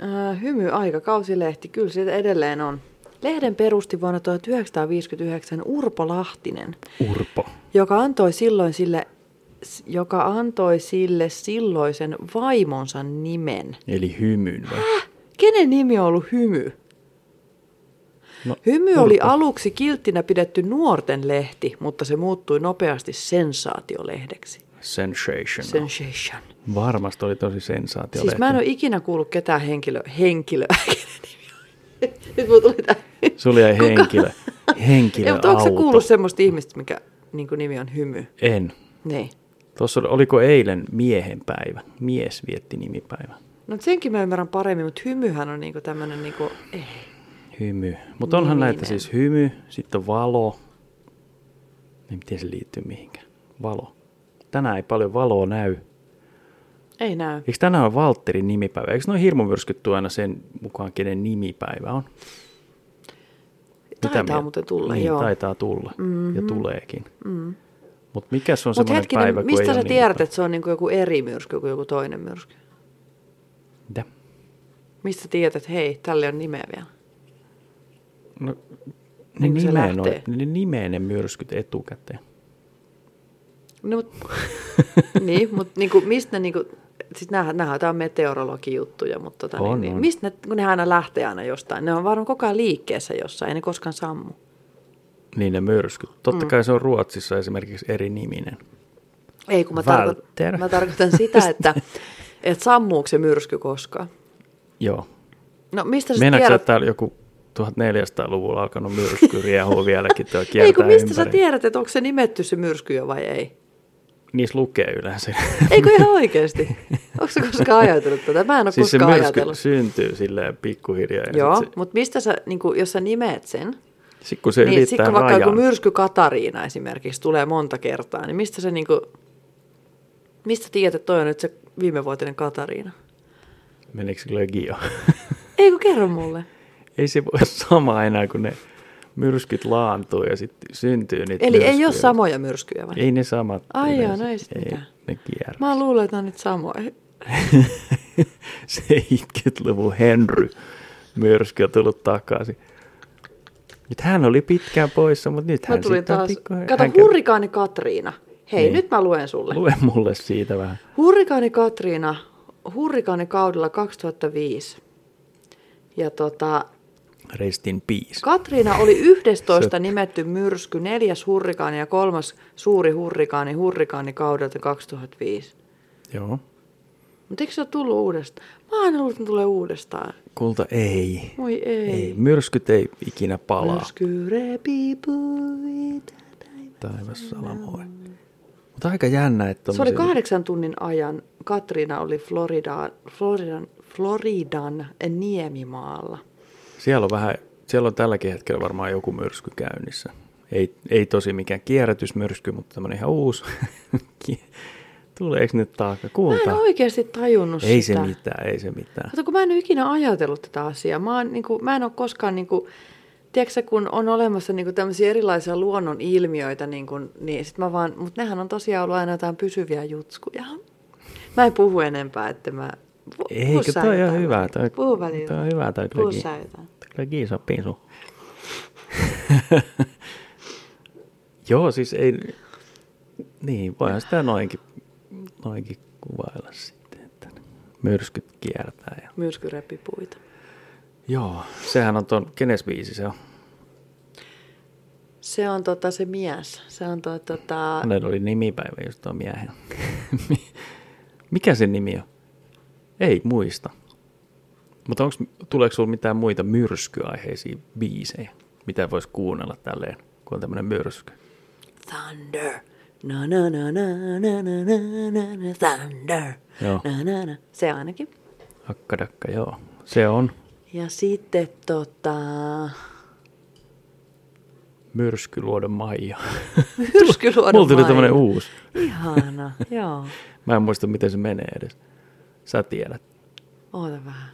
[SPEAKER 2] äh, hymy aikakausilehti, kyllä siitä edelleen on. Lehden perusti vuonna 1959 Urpo Lahtinen,
[SPEAKER 3] Urpo.
[SPEAKER 2] joka antoi silloin sille, joka antoi sille silloisen vaimonsa nimen. Äh,
[SPEAKER 3] Eli hymyn vai?
[SPEAKER 2] Kenen nimi on ollut Hymy?
[SPEAKER 3] No,
[SPEAKER 2] Hymy
[SPEAKER 3] Urpo.
[SPEAKER 2] oli aluksi kilttinä pidetty nuorten lehti, mutta se muuttui nopeasti sensaatiolehdeksi.
[SPEAKER 3] No. Sensational.
[SPEAKER 2] Sensation.
[SPEAKER 3] Varmasti oli tosi sensaatio.
[SPEAKER 2] Siis mä en ole ikinä kuullut ketään henkilö, henkilöä. kenen nimi on- Nyt mulla tuli tää.
[SPEAKER 3] Sulla jäi
[SPEAKER 2] Kuka?
[SPEAKER 3] henkilö. Henkilö
[SPEAKER 2] Ei, mutta onko sä
[SPEAKER 3] auto.
[SPEAKER 2] kuullut semmoista ihmistä, mikä niin nimi on hymy?
[SPEAKER 3] En.
[SPEAKER 2] Niin.
[SPEAKER 3] Tuossa oli, oliko eilen miehen päivä? Mies vietti nimipäivä.
[SPEAKER 2] No senkin mä ymmärrän paremmin, mutta hymyhän on niinku tämmönen niinku, eh,
[SPEAKER 3] Hymy. Mutta onhan
[SPEAKER 2] Niminen.
[SPEAKER 3] näitä siis hymy, sitten on valo. Niin miten se liittyy mihinkään? Valo. Tänään ei paljon valoa näy.
[SPEAKER 2] ei näy.
[SPEAKER 3] Eikö tänään ole Valtterin nimipäivä? Eikö noin hirmumyrskyt tuo aina sen mukaan, kenen nimipäivä on?
[SPEAKER 2] Taitaa
[SPEAKER 3] mieltä?
[SPEAKER 2] muuten tulla,
[SPEAKER 3] niin,
[SPEAKER 2] joo.
[SPEAKER 3] taitaa tulla. Mm-hmm. Ja tuleekin. Mm. Mutta mikä se on
[SPEAKER 2] Mutta
[SPEAKER 3] semmoinen
[SPEAKER 2] hetkinen,
[SPEAKER 3] päivä, kun ei
[SPEAKER 2] mistä sä
[SPEAKER 3] ole niin
[SPEAKER 2] tiedät,
[SPEAKER 3] nimipäivä?
[SPEAKER 2] että se on niinku joku eri myrsky kuin joku toinen myrsky?
[SPEAKER 3] Mitä?
[SPEAKER 2] Mistä sä tiedät, että hei, tälle on nimeä vielä?
[SPEAKER 3] No, ne,
[SPEAKER 2] Niin se
[SPEAKER 3] nimeen on,
[SPEAKER 2] lähtee.
[SPEAKER 3] ne nimeen ne myrskyt etukäteen.
[SPEAKER 2] No, mut, niin, mutta niinku, mistä ne, niinku, siis näähän, näähän tää on meteorologijuttuja, mutta tota,
[SPEAKER 3] On,
[SPEAKER 2] niin,
[SPEAKER 3] on.
[SPEAKER 2] niin, mistä ne, kun nehän aina lähtee aina jostain. Ne on varmaan koko ajan liikkeessä jossain, ei ne koskaan sammu.
[SPEAKER 3] Niin ne myrskyt.
[SPEAKER 2] Mm.
[SPEAKER 3] Totta kai se on Ruotsissa esimerkiksi eri niminen.
[SPEAKER 2] Ei, kun mä, tarko-
[SPEAKER 3] Walter.
[SPEAKER 2] mä tarkoitan sitä, että, että sammuuko se myrsky koskaan.
[SPEAKER 3] Joo.
[SPEAKER 2] No mistä sä
[SPEAKER 3] Meinaatko sä,
[SPEAKER 2] tiedät?
[SPEAKER 3] että täällä joku 1400-luvulla alkanut myrsky riehuu vieläkin tuo
[SPEAKER 2] Ei, kun
[SPEAKER 3] kiertää
[SPEAKER 2] mistä sä
[SPEAKER 3] ympäri.
[SPEAKER 2] tiedät, että onko se nimetty se myrsky jo vai ei?
[SPEAKER 3] Niissä lukee yleensä.
[SPEAKER 2] Eikö ihan oikeasti? Onko sä koskaan ajatellut tätä? Mä en ole
[SPEAKER 3] siis se
[SPEAKER 2] koskaan
[SPEAKER 3] myrsky
[SPEAKER 2] ajatellut.
[SPEAKER 3] syntyy silleen pikkuhiljaa. Ja
[SPEAKER 2] Joo,
[SPEAKER 3] Sit, se,
[SPEAKER 2] mutta mistä sä, niin kun, jos sä nimeet sen,
[SPEAKER 3] sit kun se niin,
[SPEAKER 2] niin sitten
[SPEAKER 3] ylittää
[SPEAKER 2] kun vaikka joku
[SPEAKER 3] rajan, myr...
[SPEAKER 2] myrsky Katariina esimerkiksi tulee monta kertaa, niin mistä se niin kuin, mistä tiedät, että toi on nyt se viimevuotinen Katariina?
[SPEAKER 3] menikö se legio?
[SPEAKER 2] Ei kun kerro mulle.
[SPEAKER 3] ei se voi olla sama enää, kun ne myrskyt laantuu ja sitten syntyy niitä
[SPEAKER 2] Eli ei
[SPEAKER 3] myrskyjä.
[SPEAKER 2] ole samoja myrskyjä vai?
[SPEAKER 3] Ei ne samat.
[SPEAKER 2] Ai joo,
[SPEAKER 3] yleensä.
[SPEAKER 2] no ei sit mitään.
[SPEAKER 3] Ne kierrä.
[SPEAKER 2] Mä luulen, että ne on nyt samoja.
[SPEAKER 3] se 70-luvun Henry myrsky on tullut takaisin. Nyt hän oli pitkään poissa, mutta nyt
[SPEAKER 2] Mä
[SPEAKER 3] hän
[SPEAKER 2] tulin
[SPEAKER 3] sitten on
[SPEAKER 2] taas.
[SPEAKER 3] pikkuhiljaa-
[SPEAKER 2] Kato,
[SPEAKER 3] hän kävi-
[SPEAKER 2] hurrikaani Katriina. Hei,
[SPEAKER 3] Niin.
[SPEAKER 2] nyt mä luen sulle.
[SPEAKER 3] Lue mulle siitä vähän.
[SPEAKER 2] Hurrikaani Katriina, hurrikaani kaudella 2005. Ja tota,
[SPEAKER 3] Rest in peace.
[SPEAKER 2] Katriina oli 11
[SPEAKER 3] Se-
[SPEAKER 2] nimetty myrsky, neljäs hurrikaani ja kolmas suuri hurrikaani hurrikaani kaudelta 2005.
[SPEAKER 3] Joo.
[SPEAKER 2] Mutta eikö se ole tullut uudestaan? Mä oon ollut, että ne tulee uudestaan.
[SPEAKER 3] Kulta ei.
[SPEAKER 2] Moi ei.
[SPEAKER 3] Ei, myrskyt ei ikinä palaa.
[SPEAKER 2] Myrsky repi puita taivaan.
[SPEAKER 3] Taivassa alamoi. Mutta aika jännä, että
[SPEAKER 2] Se oli
[SPEAKER 3] tommosia-
[SPEAKER 2] kahdeksan tunnin ajan. Katriina oli Florida, Floridan, Floridan niemimaalla.
[SPEAKER 3] Siellä on vähän, siellä on tälläkin hetkellä varmaan joku myrsky käynnissä. Ei, ei tosi mikään kierrätysmyrsky, mutta tämmöinen ihan uusi. Ki- Tuleeko nyt taakka?
[SPEAKER 2] Mä en
[SPEAKER 3] Kulta.
[SPEAKER 2] oikeasti tajunnut
[SPEAKER 3] Ei se
[SPEAKER 2] sitä.
[SPEAKER 3] mitään, ei se mitään.
[SPEAKER 2] Kato, kun mä en ole ikinä ajatellut tätä asiaa. Mä, oon, niin kuin, mä en ole koskaan, niin kuin, tiedätkö, sä, kun on olemassa niin kuin, tämmöisiä erilaisia luonnon ilmiöitä, niin, kuin, niin sit mä vaan, mutta nehän on tosiaan ollut aina jotain pysyviä jutskuja. Mä en puhu enempää, että mä... pu- puhu
[SPEAKER 3] Eikö,
[SPEAKER 2] sä
[SPEAKER 3] toi on
[SPEAKER 2] jotain.
[SPEAKER 3] hyvä. Toi,
[SPEAKER 2] Puhu välillä.
[SPEAKER 3] toi on hyvä, toi
[SPEAKER 2] Puhu
[SPEAKER 3] glögi.
[SPEAKER 2] sä jotain.
[SPEAKER 3] Glögi sopii sun. Joo, siis ei... Niin, voihan sitä noinkin, noinkin kuvailla sitten, että myrskyt kiertää ja
[SPEAKER 2] Myrsky repi puita.
[SPEAKER 3] Joo, sehän on tuon, kenes biisi se on?
[SPEAKER 2] Se on tota, se mies. Se on tuo, tota,
[SPEAKER 3] Hänellä oli nimipäivä just tuo miehen. Mikä se nimi on? Ei muista. Mutta onks, tuleeko sulla mitään muita myrskyaiheisia biisejä, mitä voisi kuunnella tälleen, kun on tämmöinen myrsky?
[SPEAKER 2] Thunder. Na na na na na na na na na thunder.
[SPEAKER 3] Joo.
[SPEAKER 2] Na na na. Se ainakin.
[SPEAKER 3] Hakkadakka, joo. Se on
[SPEAKER 2] Ja sitten tota...
[SPEAKER 3] myrskyluodon Maija.
[SPEAKER 2] Myrskyluodon
[SPEAKER 3] Mulla tuli
[SPEAKER 2] Maija.
[SPEAKER 3] tämmöinen uusi.
[SPEAKER 2] Ihana, joo.
[SPEAKER 3] Mä en muista, miten se menee edes. Sä tiedät.
[SPEAKER 2] Oota vähän.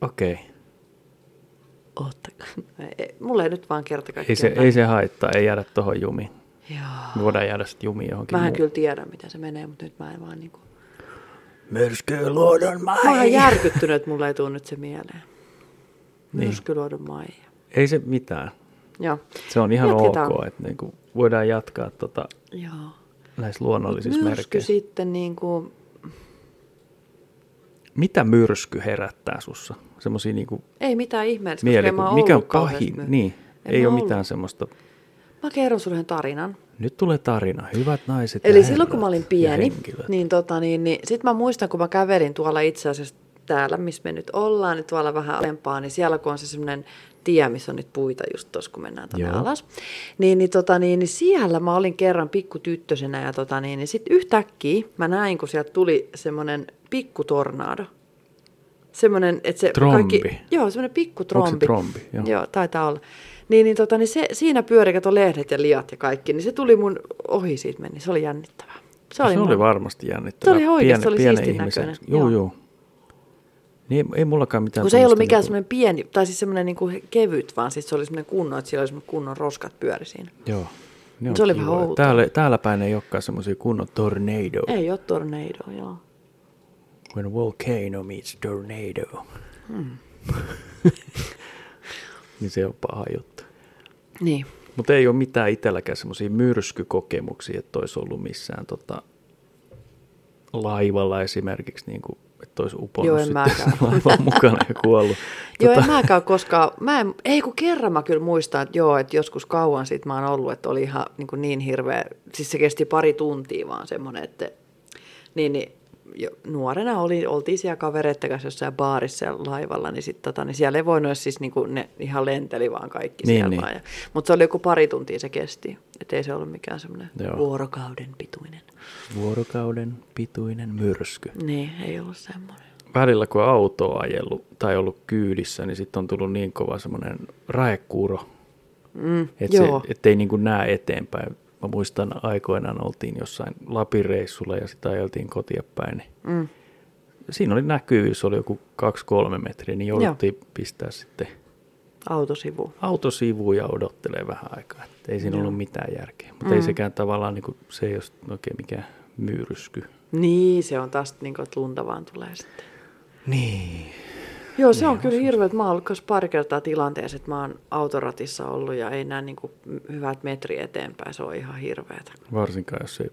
[SPEAKER 3] Okei. Okay.
[SPEAKER 2] Ottakaa. Ei- Mulla ei nyt vaan kerta
[SPEAKER 3] Ei, se,
[SPEAKER 2] kaikkiaan.
[SPEAKER 3] ei se haittaa, ei jäädä tohon jumiin.
[SPEAKER 2] Joo.
[SPEAKER 3] Me voidaan jäädä sitten jumiin johonkin
[SPEAKER 2] Mähän
[SPEAKER 3] muuhun.
[SPEAKER 2] kyllä tiedän, miten se menee, mutta nyt mä en vaan niinku...
[SPEAKER 3] Myrskyluodon
[SPEAKER 2] Mä oon järkyttynyt, että mulla ei tule nyt se mieleen.
[SPEAKER 3] Niin.
[SPEAKER 2] Myrskyluodon Maija.
[SPEAKER 3] Ei se mitään.
[SPEAKER 2] Joo.
[SPEAKER 3] Se on ihan
[SPEAKER 2] Jatketaan.
[SPEAKER 3] ok, että niinku voidaan jatkaa tota
[SPEAKER 2] Joo.
[SPEAKER 3] näissä luonnollisissa
[SPEAKER 2] Myrsky
[SPEAKER 3] merkeissä.
[SPEAKER 2] sitten niinku...
[SPEAKER 3] Mitä myrsky herättää sussa? Semmoisia niinku
[SPEAKER 2] Ei mitään ihmeellistä, koska en mä
[SPEAKER 3] mielikuvia.
[SPEAKER 2] oon
[SPEAKER 3] Mikä on
[SPEAKER 2] ollut kauheasti
[SPEAKER 3] pahin?
[SPEAKER 2] myr-
[SPEAKER 3] Niin,
[SPEAKER 2] En
[SPEAKER 3] ei
[SPEAKER 2] mä
[SPEAKER 3] ole
[SPEAKER 2] ollut.
[SPEAKER 3] mitään semmoista.
[SPEAKER 2] Mä kerron sulle yhden tarinan.
[SPEAKER 3] Nyt tulee tarina. Hyvät naiset ja
[SPEAKER 2] Eli silloin kun mä olin
[SPEAKER 3] herrat ja
[SPEAKER 2] pieni,
[SPEAKER 3] henkilöt.
[SPEAKER 2] niin, tota, niin, niin sit mä muistan, kun mä kävelin tuolla itse asiassa täällä, missä me nyt ollaan, niin tuolla vähän alempaa, niin siellä kun on se semmoinen tie, missä on nyt puita just tuossa, kun mennään tuonne
[SPEAKER 3] Joo.
[SPEAKER 2] alas. Niin, niin, tota, niin, niin, siellä mä olin kerran pikkutyttösenä ja tota, niin, niin sitten yhtäkkiä mä näin, kun sieltä tuli semmoinen pikkutornado. Semmoinen, että se
[SPEAKER 3] Trombi.
[SPEAKER 2] kaikki... Joo, semmoinen pikkutrombi.
[SPEAKER 3] Onko se trombi?
[SPEAKER 2] Joo.
[SPEAKER 3] Joo.
[SPEAKER 2] joo, taitaa olla. Niin, niin, tota, niin se, siinä pyörikätön lehdet ja liat ja kaikki, niin se tuli mun ohi siitä meni. Se oli jännittävää. Se oli,
[SPEAKER 3] No se oli
[SPEAKER 2] mun-
[SPEAKER 3] varmasti jännittävää.
[SPEAKER 2] Se oli ihan oikeasti, se oli
[SPEAKER 3] pienen
[SPEAKER 2] siistin
[SPEAKER 3] ihmisen.
[SPEAKER 2] näköinen.
[SPEAKER 3] Joo,
[SPEAKER 2] Joo.
[SPEAKER 3] joo. Niin, ei, ei mullakaan mitään.
[SPEAKER 2] Kun se ei ollut
[SPEAKER 3] semmoista
[SPEAKER 2] mikään
[SPEAKER 3] niinku-
[SPEAKER 2] semmoinen pieni, tai siis semmoinen niinku kevyt, vaan siis se oli semmoinen kunnon, että siellä oli semmoinen kunnon roskat pyöri siinä.
[SPEAKER 3] niinku- Joo. Ne
[SPEAKER 2] Mut
[SPEAKER 3] on
[SPEAKER 2] se oli vähän
[SPEAKER 3] kivoja.
[SPEAKER 2] outoa.
[SPEAKER 3] Täällä, täällä päin ei olekaan semmoisia kunnon tornado. Ei.
[SPEAKER 2] Ei ole tornado, joo.
[SPEAKER 3] When volcano meets tornado. Hmm. niin se on paha juttu.
[SPEAKER 2] Niin.
[SPEAKER 3] Mutta ei ole mitään itselläkään semmoisia myrskykokemuksia, että olisi ollut missään tota, laivalla esimerkiksi, niin kuin, että olisi
[SPEAKER 2] Joo,
[SPEAKER 3] uponnut
[SPEAKER 2] en
[SPEAKER 3] sitten
[SPEAKER 2] mäkään.
[SPEAKER 3] laivan mukana ja kuollut.
[SPEAKER 2] Joo,
[SPEAKER 3] Tota-
[SPEAKER 2] en mäkään ole koskaan, mä en, ei kun kerran mä kyllä muistan, että joo, että joskus kauan siitä mä oon ollut, että oli ihan niin, kuin niin hirveä, siis se kesti pari tuntia vaan semmoinen, että niin, niin jo, nuorena oli, oltiin siellä kavereiden kanssa jossain baarissa ja laivalla, niin, sit, tota, niin siellä ei voinut edes siis niin kuin ne ihan lenteli vaan kaikki
[SPEAKER 3] Niin,
[SPEAKER 2] siellä
[SPEAKER 3] niin.
[SPEAKER 2] vaan. Ja, mutta se oli joku pari tuntia se kesti, että ei se ollut mikään semmoinen
[SPEAKER 3] Joo.
[SPEAKER 2] vuorokauden pituinen.
[SPEAKER 3] Vuorokauden pituinen myrsky.
[SPEAKER 2] Niin, ei ollut semmoinen.
[SPEAKER 3] Välillä kun on autoa ajellut tai ollut kyydissä, niin sitten on tullut niin kova semmoinen raekuuro,
[SPEAKER 2] Mm,
[SPEAKER 3] että
[SPEAKER 2] joo,
[SPEAKER 3] se, ei niin kuin näe eteenpäin. Mä muistan aikoinaan oltiin jossain Lapireissulla ja sitä ajeltiin kotia päin. Niin
[SPEAKER 2] mm,
[SPEAKER 3] siinä oli näkyvyys, oli joku 2-3 metriä, niin jouduttiin Joo. pistää sitten
[SPEAKER 2] autosivu.
[SPEAKER 3] auto sivuun ja odottelee vähän aikaa. Et ei siinä
[SPEAKER 2] Joo.
[SPEAKER 3] Joo. ollut mitään järkeä, mutta mm. ei sekään tavallaan, niin kuin, se ei ole sit oikein mikään myyrysky.
[SPEAKER 2] Niin, se on taas niin kuin, että lunta vaan tulee sitten.
[SPEAKER 3] Niin.
[SPEAKER 2] Joo, se Niin, on kyllä hirveä, että mä oon ollut kanssa pari kertaa tilanteessa, että mä oon autoratissa ollut ja ei näe niin kuin hyvät metri eteenpäin, se on ihan hirveetä.
[SPEAKER 3] Varsinkaan jos ei...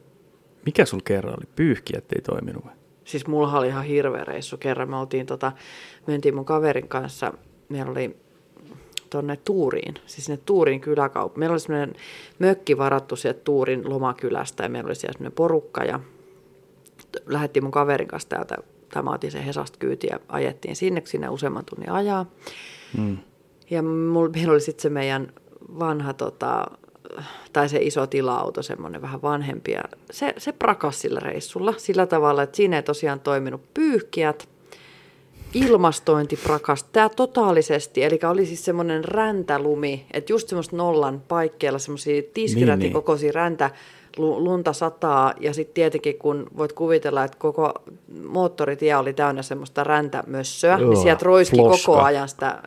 [SPEAKER 3] Mikä sul kerran oli? Pyyhkiät ei toiminut vai?
[SPEAKER 2] Siis mulla oli ihan hirveä reissu kerran, me oltiin tota, mentiin mun kaverin kanssa, meillä oli tonne Tuuriin, siis sinne Tuurin kyläkaupunki. Meillä oli semmoinen mökki varattu sieltä Tuurin lomakylästä ja meillä oli siellä semmoinen porukka ja lähdettiin mun kaverin kanssa täältä, tai mä otin sen Hesasta kyytiä ja ajettiin sinne, sinne useamman tunnin ajaa.
[SPEAKER 3] Mm.
[SPEAKER 2] Ja mul, meillä oli sitten se meidän vanha, tota, tai se iso tila-auto, semmoinen vähän vanhempi. Ja se, se prakas sillä reissulla sillä tavalla, että siinä ei tosiaan toiminut pyyhkiät. Ilmastointi prakas, tämä totaalisesti, eli oli siis semmoinen räntälumi, että just semmoista nollan paikkeilla semmoisia
[SPEAKER 3] Niin,
[SPEAKER 2] tiskirätin
[SPEAKER 3] niin.
[SPEAKER 2] kokoisia räntä, lu- lunta sataa ja sitten tietenkin kun voit kuvitella, että koko moottoritie oli täynnä semmoista räntämössöä,
[SPEAKER 3] Joo,
[SPEAKER 2] niin sieltä roiski
[SPEAKER 3] floska.
[SPEAKER 2] koko ajan ajan sitä.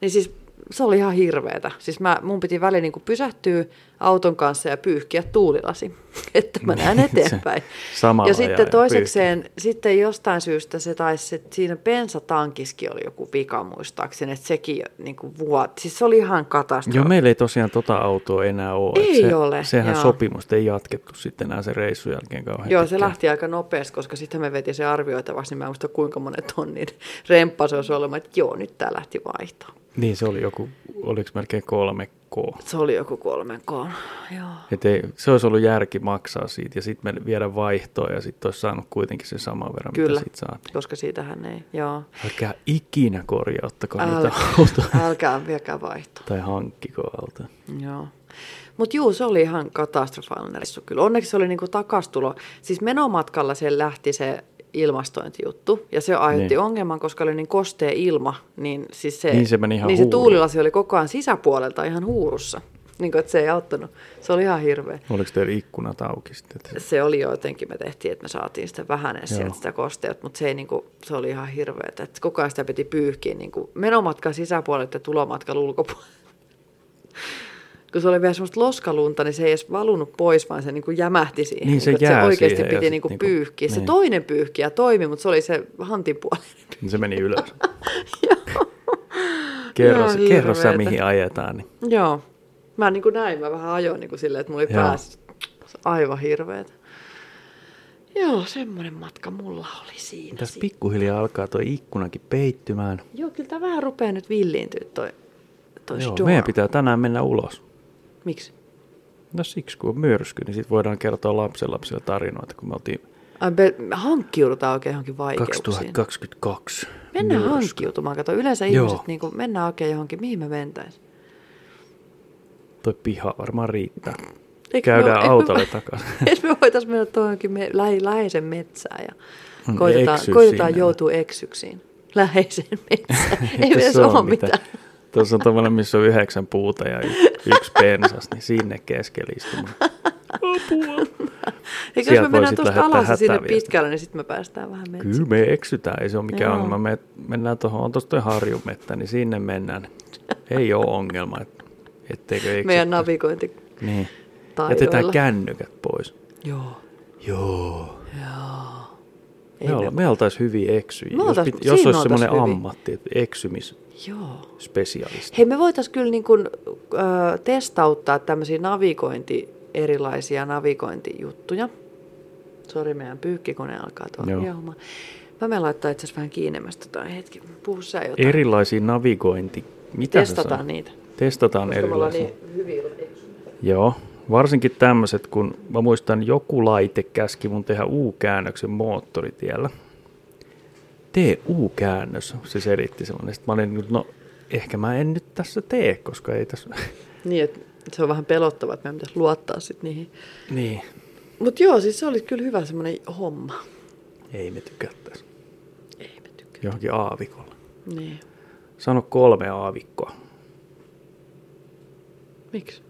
[SPEAKER 2] Niin siis se oli ihan hirveetä. Siis mä, mun piti väliin niin pysähtyä auton kanssa ja pyyhkiä tuulilasi, että mä näen
[SPEAKER 3] Niin, se
[SPEAKER 2] eteenpäin.
[SPEAKER 3] samalla
[SPEAKER 2] ja
[SPEAKER 3] ajaa
[SPEAKER 2] sitten
[SPEAKER 3] ja
[SPEAKER 2] toisekseen, sitten jostain syystä se taisi, että siinä bensatankiskin oli joku vika muistaakseni, että sekin niin kuin vuot. Siis se oli ihan katastrofi.
[SPEAKER 3] Joo, meillä ei tosiaan tota autoa enää ole. Et
[SPEAKER 2] Ei ole,
[SPEAKER 3] Sehän
[SPEAKER 2] joo.
[SPEAKER 3] sopimusta ei jatkettu sitten enää sen reissun jälkeen kauhean
[SPEAKER 2] Joo, se
[SPEAKER 3] pitkään.
[SPEAKER 2] lähti aika nopeasti, koska sitten me veti se arvioitavaksi, niin mä en muista kuinka monen tonnin remppa se olisi ollut. Mä, että joo, nyt tämä lähti vaihtaa.
[SPEAKER 3] Niin se oli joku, oliko melkein 3K.
[SPEAKER 2] Se oli joku kolmen koon. Joo.
[SPEAKER 3] Et ei, se olisi ollut järki maksaa siitä ja sitten me viedä vaihtoon ja sitten olisi saanut kuitenkin sen saman verran,
[SPEAKER 2] Kyllä,
[SPEAKER 3] No, mitä siitä saa.
[SPEAKER 2] koska siitähän ei. Joo.
[SPEAKER 3] Älkää ikinä korjauttako niitä
[SPEAKER 2] Älkää-
[SPEAKER 3] autoja
[SPEAKER 2] Älkää viekää vaihtoa.
[SPEAKER 3] tai hankkiko autoja.
[SPEAKER 2] Joo. Mutta juu, se oli ihan katastrofaalinen reissu kyllä. Onneksi se oli niinku takastulo. Siis menomatkalla se lähti se ilmastointijuttu ja se aiheutti
[SPEAKER 3] Niin.
[SPEAKER 2] niin. ongelman, koska oli niin kostea ilma, niin siis se,
[SPEAKER 3] Niin se meni ihan
[SPEAKER 2] niin se
[SPEAKER 3] huuruun.
[SPEAKER 2] tuulilasi oli koko ajan sisäpuolelta ihan huurussa. Niin kuin, että se ei auttanut. Se oli ihan hirveä.
[SPEAKER 3] Oliko teillä ikkunat auki sitten? että-
[SPEAKER 2] Se oli jo jotenkin, me tehtiin, että me saatiin sitä vähän edes
[SPEAKER 3] Joo.
[SPEAKER 2] sieltä sitä kosteutta, mutta se, ei niinku, se oli ihan hirveä. Että koko ajan sitä piti pyyhkiä niinku menomatka sisäpuolelta ja tulomatka ulkopuolelta. Kun se oli vielä semmoista loskalunta, niin se ei edes valunut pois, vaan se niinku jämähti siihen.
[SPEAKER 3] Niin, se
[SPEAKER 2] niinku, että
[SPEAKER 3] jää
[SPEAKER 2] se oikeasti
[SPEAKER 3] siihen ja
[SPEAKER 2] piti
[SPEAKER 3] sit
[SPEAKER 2] niinku
[SPEAKER 3] niinku-
[SPEAKER 2] pyyhkiä. Se
[SPEAKER 3] niin.
[SPEAKER 2] toinen pyyhkiä toimi, mutta se oli se hantin puolinen.
[SPEAKER 3] Niin se meni ylös. kerro,
[SPEAKER 2] Ihan
[SPEAKER 3] se, kerro sä,
[SPEAKER 2] hirveetä.
[SPEAKER 3] mihin ajetaan. Niin.
[SPEAKER 2] Joo. Mä niin kuin näin, mä vähän ajoin niin kuin silleen, että mulla oli
[SPEAKER 3] Joo.
[SPEAKER 2] päässä aivan hirveet. Joo, semmoinen matka mulla oli siinä.
[SPEAKER 3] Tässä
[SPEAKER 2] sitten.
[SPEAKER 3] pikkuhiljaa alkaa tuo ikkunakin peittymään.
[SPEAKER 2] Joo, kyllä tämä vähän rupeaa nyt villiintyä toi, toi
[SPEAKER 3] Joo,
[SPEAKER 2] Joo, storm.
[SPEAKER 3] meidän pitää tänään mennä ulos.
[SPEAKER 2] Miksi?
[SPEAKER 3] No siksi, kun on myrsky, niin sitten voidaan kertoa lapsenlapsille tarinoita, kun me oltiin
[SPEAKER 2] Ai, be, me hankkiudutaan oikein johonkin vaikeuksiin.
[SPEAKER 3] 2022.
[SPEAKER 2] Mennään
[SPEAKER 3] myrsky.
[SPEAKER 2] hankkiutumaan. Kato, yleensä
[SPEAKER 3] Joo.
[SPEAKER 2] ihmiset niin kuin, mennään oikein johonkin, mihin me mentäis.
[SPEAKER 3] Toi piha varmaan riittää.
[SPEAKER 2] Eikö me
[SPEAKER 3] Käydään
[SPEAKER 2] ole-
[SPEAKER 3] autolle
[SPEAKER 2] eikö me-
[SPEAKER 3] takaisin.
[SPEAKER 2] Eikö me voitaisiin mennä tuohonkin me, lähi, läheisen metsään ja
[SPEAKER 3] Mm,
[SPEAKER 2] koitetaan,
[SPEAKER 3] eksyä
[SPEAKER 2] koitetaan
[SPEAKER 3] sinne.
[SPEAKER 2] joutua eksyksiin. Läheiseen metsään. Ei
[SPEAKER 3] Tässä
[SPEAKER 2] edes ole mitään.
[SPEAKER 3] Tuossa on tavallaan, missä on yhdeksän puuta ja y- yksi pensas, niin sinne keskelle istumaan.
[SPEAKER 2] Eikö jos
[SPEAKER 3] Sieltä
[SPEAKER 2] me
[SPEAKER 3] voi
[SPEAKER 2] mennään
[SPEAKER 3] sit
[SPEAKER 2] tuosta
[SPEAKER 3] lähettää
[SPEAKER 2] alas ja sinne
[SPEAKER 3] hätäviestiä.
[SPEAKER 2] pitkälle, niin sitten me päästään vähän metsään.
[SPEAKER 3] Kyllä me eksytään, ei se ole mikään
[SPEAKER 2] Joo.
[SPEAKER 3] ongelma. Me mennään tuohon, on tuosta harjumettä, niin sinne mennään. Ei ole ongelma, et, etteikö eksytä.
[SPEAKER 2] Meidän navigointi.
[SPEAKER 3] Niin.
[SPEAKER 2] taidoilla.
[SPEAKER 3] Jätetään kännykät pois.
[SPEAKER 2] Joo.
[SPEAKER 3] Joo.
[SPEAKER 2] Ei
[SPEAKER 3] me,
[SPEAKER 2] me
[SPEAKER 3] olla, me oltaisiin hyviä eksyjiä.
[SPEAKER 2] Me
[SPEAKER 3] Jos,
[SPEAKER 2] oltais-
[SPEAKER 3] pit,
[SPEAKER 2] siinä
[SPEAKER 3] jos olisi
[SPEAKER 2] oltais
[SPEAKER 3] semmoinen
[SPEAKER 2] hyviä.
[SPEAKER 3] ammatti, että eksymisspesialisti.
[SPEAKER 2] Joo. Hei, me voitaisiin kyllä niin kuin, ö, testauttaa tämmöisiä navigointi, erilaisia navigointijuttuja. Sori, meidän pyykkikone alkaa
[SPEAKER 3] Joo.
[SPEAKER 2] tuolla hiehomaan. Mä menen laittaa itse asiassa vähän kiinnemmästä jotain hetki. Puhu sä jotain.
[SPEAKER 3] Erilaisia navigointi... Mitä sä
[SPEAKER 2] Testataan
[SPEAKER 3] sanoit?
[SPEAKER 2] niitä.
[SPEAKER 3] Testataan
[SPEAKER 2] Koska me ollaan
[SPEAKER 3] erilaisia.
[SPEAKER 2] niin hyviä.
[SPEAKER 3] Joo, varsinkin tämmöiset, kun mä muistan joku laite käski mun tehdä U-käännöksen moottoritiellä. Tee U-käännös, se selitti semmoinen. Sitten mä olin, nyt, no ehkä mä en nyt tässä tee, koska ei tässä...
[SPEAKER 2] Niin, että se on vähän pelottavaa, että meidän pitäisi luottaa sitten niihin.
[SPEAKER 3] niin,
[SPEAKER 2] Mutta joo, siis se oli kyllä hyvä semmoinen homma.
[SPEAKER 3] ei me tykättäisi.
[SPEAKER 2] Ei me tykkää.
[SPEAKER 3] Johonkin aavikolla.
[SPEAKER 2] Niin.
[SPEAKER 3] Sano kolme aavikkoa.
[SPEAKER 2] Miksi?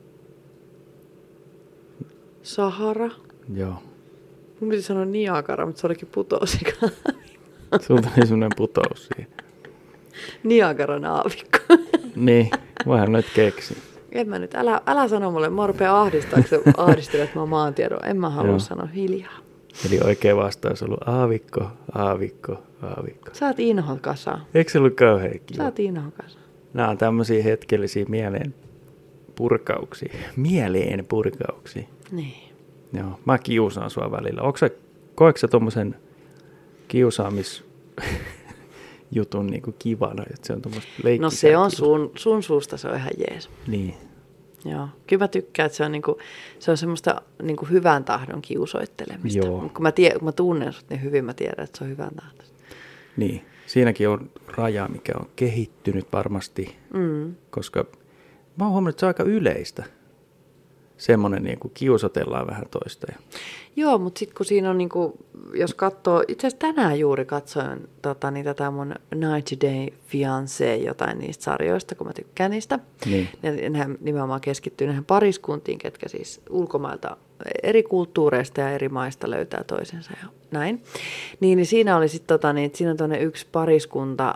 [SPEAKER 2] Sahara.
[SPEAKER 3] Joo.
[SPEAKER 2] Mun piti sanoa Niagara, mutta se olikin putosika.
[SPEAKER 3] Sulla tuli semmoinen putous siihen.
[SPEAKER 2] Niagaran aavikko.
[SPEAKER 3] Niin, vähän nyt keksin.
[SPEAKER 2] En mä nyt, älä, älä sano mulle, mä rupean ahdistaa, kun sä ahdistelet mä maantiedon. En mä halua
[SPEAKER 3] Joo.
[SPEAKER 2] sanoa hiljaa.
[SPEAKER 3] Eli oikea vastaus on ollut aavikko, aavikko, aavikko.
[SPEAKER 2] Sä oot inhokasa.
[SPEAKER 3] Eikö se ollut kauhean
[SPEAKER 2] Sä
[SPEAKER 3] kiva?
[SPEAKER 2] oot inhokasa.
[SPEAKER 3] Nämä on tämmöisiä hetkellisiä mieleen purkauksia. Mieleen purkauksia.
[SPEAKER 2] Niin.
[SPEAKER 3] Joo, mä kiusaan sua välillä. Onko sä, koetko sä tommosen kiusaamisjutun niinku kivana, että se on tommoista leikkiä?
[SPEAKER 2] No se on sun, sun suusta, se on ihan jees.
[SPEAKER 3] Niin.
[SPEAKER 2] Joo. Kyllä mä tykkään, että se on, niinku, se on semmoista niinku hyvän tahdon kiusoittelemista.
[SPEAKER 3] Joo.
[SPEAKER 2] Mut Kun mä, tie, kun mä tunnen sut niin hyvin, mä tiedän, että se on hyvän tahdosta.
[SPEAKER 3] niin. Siinäkin on raja, mikä on kehittynyt varmasti,
[SPEAKER 2] Mm.
[SPEAKER 3] koska mä oon huomannut, että se on aika yleistä. Semmoinen niinku kiusotellaan vähän toista. Ja...
[SPEAKER 2] Joo, mutta sitten kun siinä on, niinku, jos katsoo, itse asiassa tänään juuri katsoin tota, niin tätä mun 90 Day Fiancé, jotain niistä sarjoista, kun mä tykkään niistä.
[SPEAKER 3] Niin.
[SPEAKER 2] Ne, nehän nimenomaan keskittyy näihin pariskuntiin, ketkä siis ulkomailta eri kulttuureista ja eri maista löytää toisensa ja näin. Niin, niin siinä oli sitten tota, niin, että siinä on tuonne yksi pariskunta,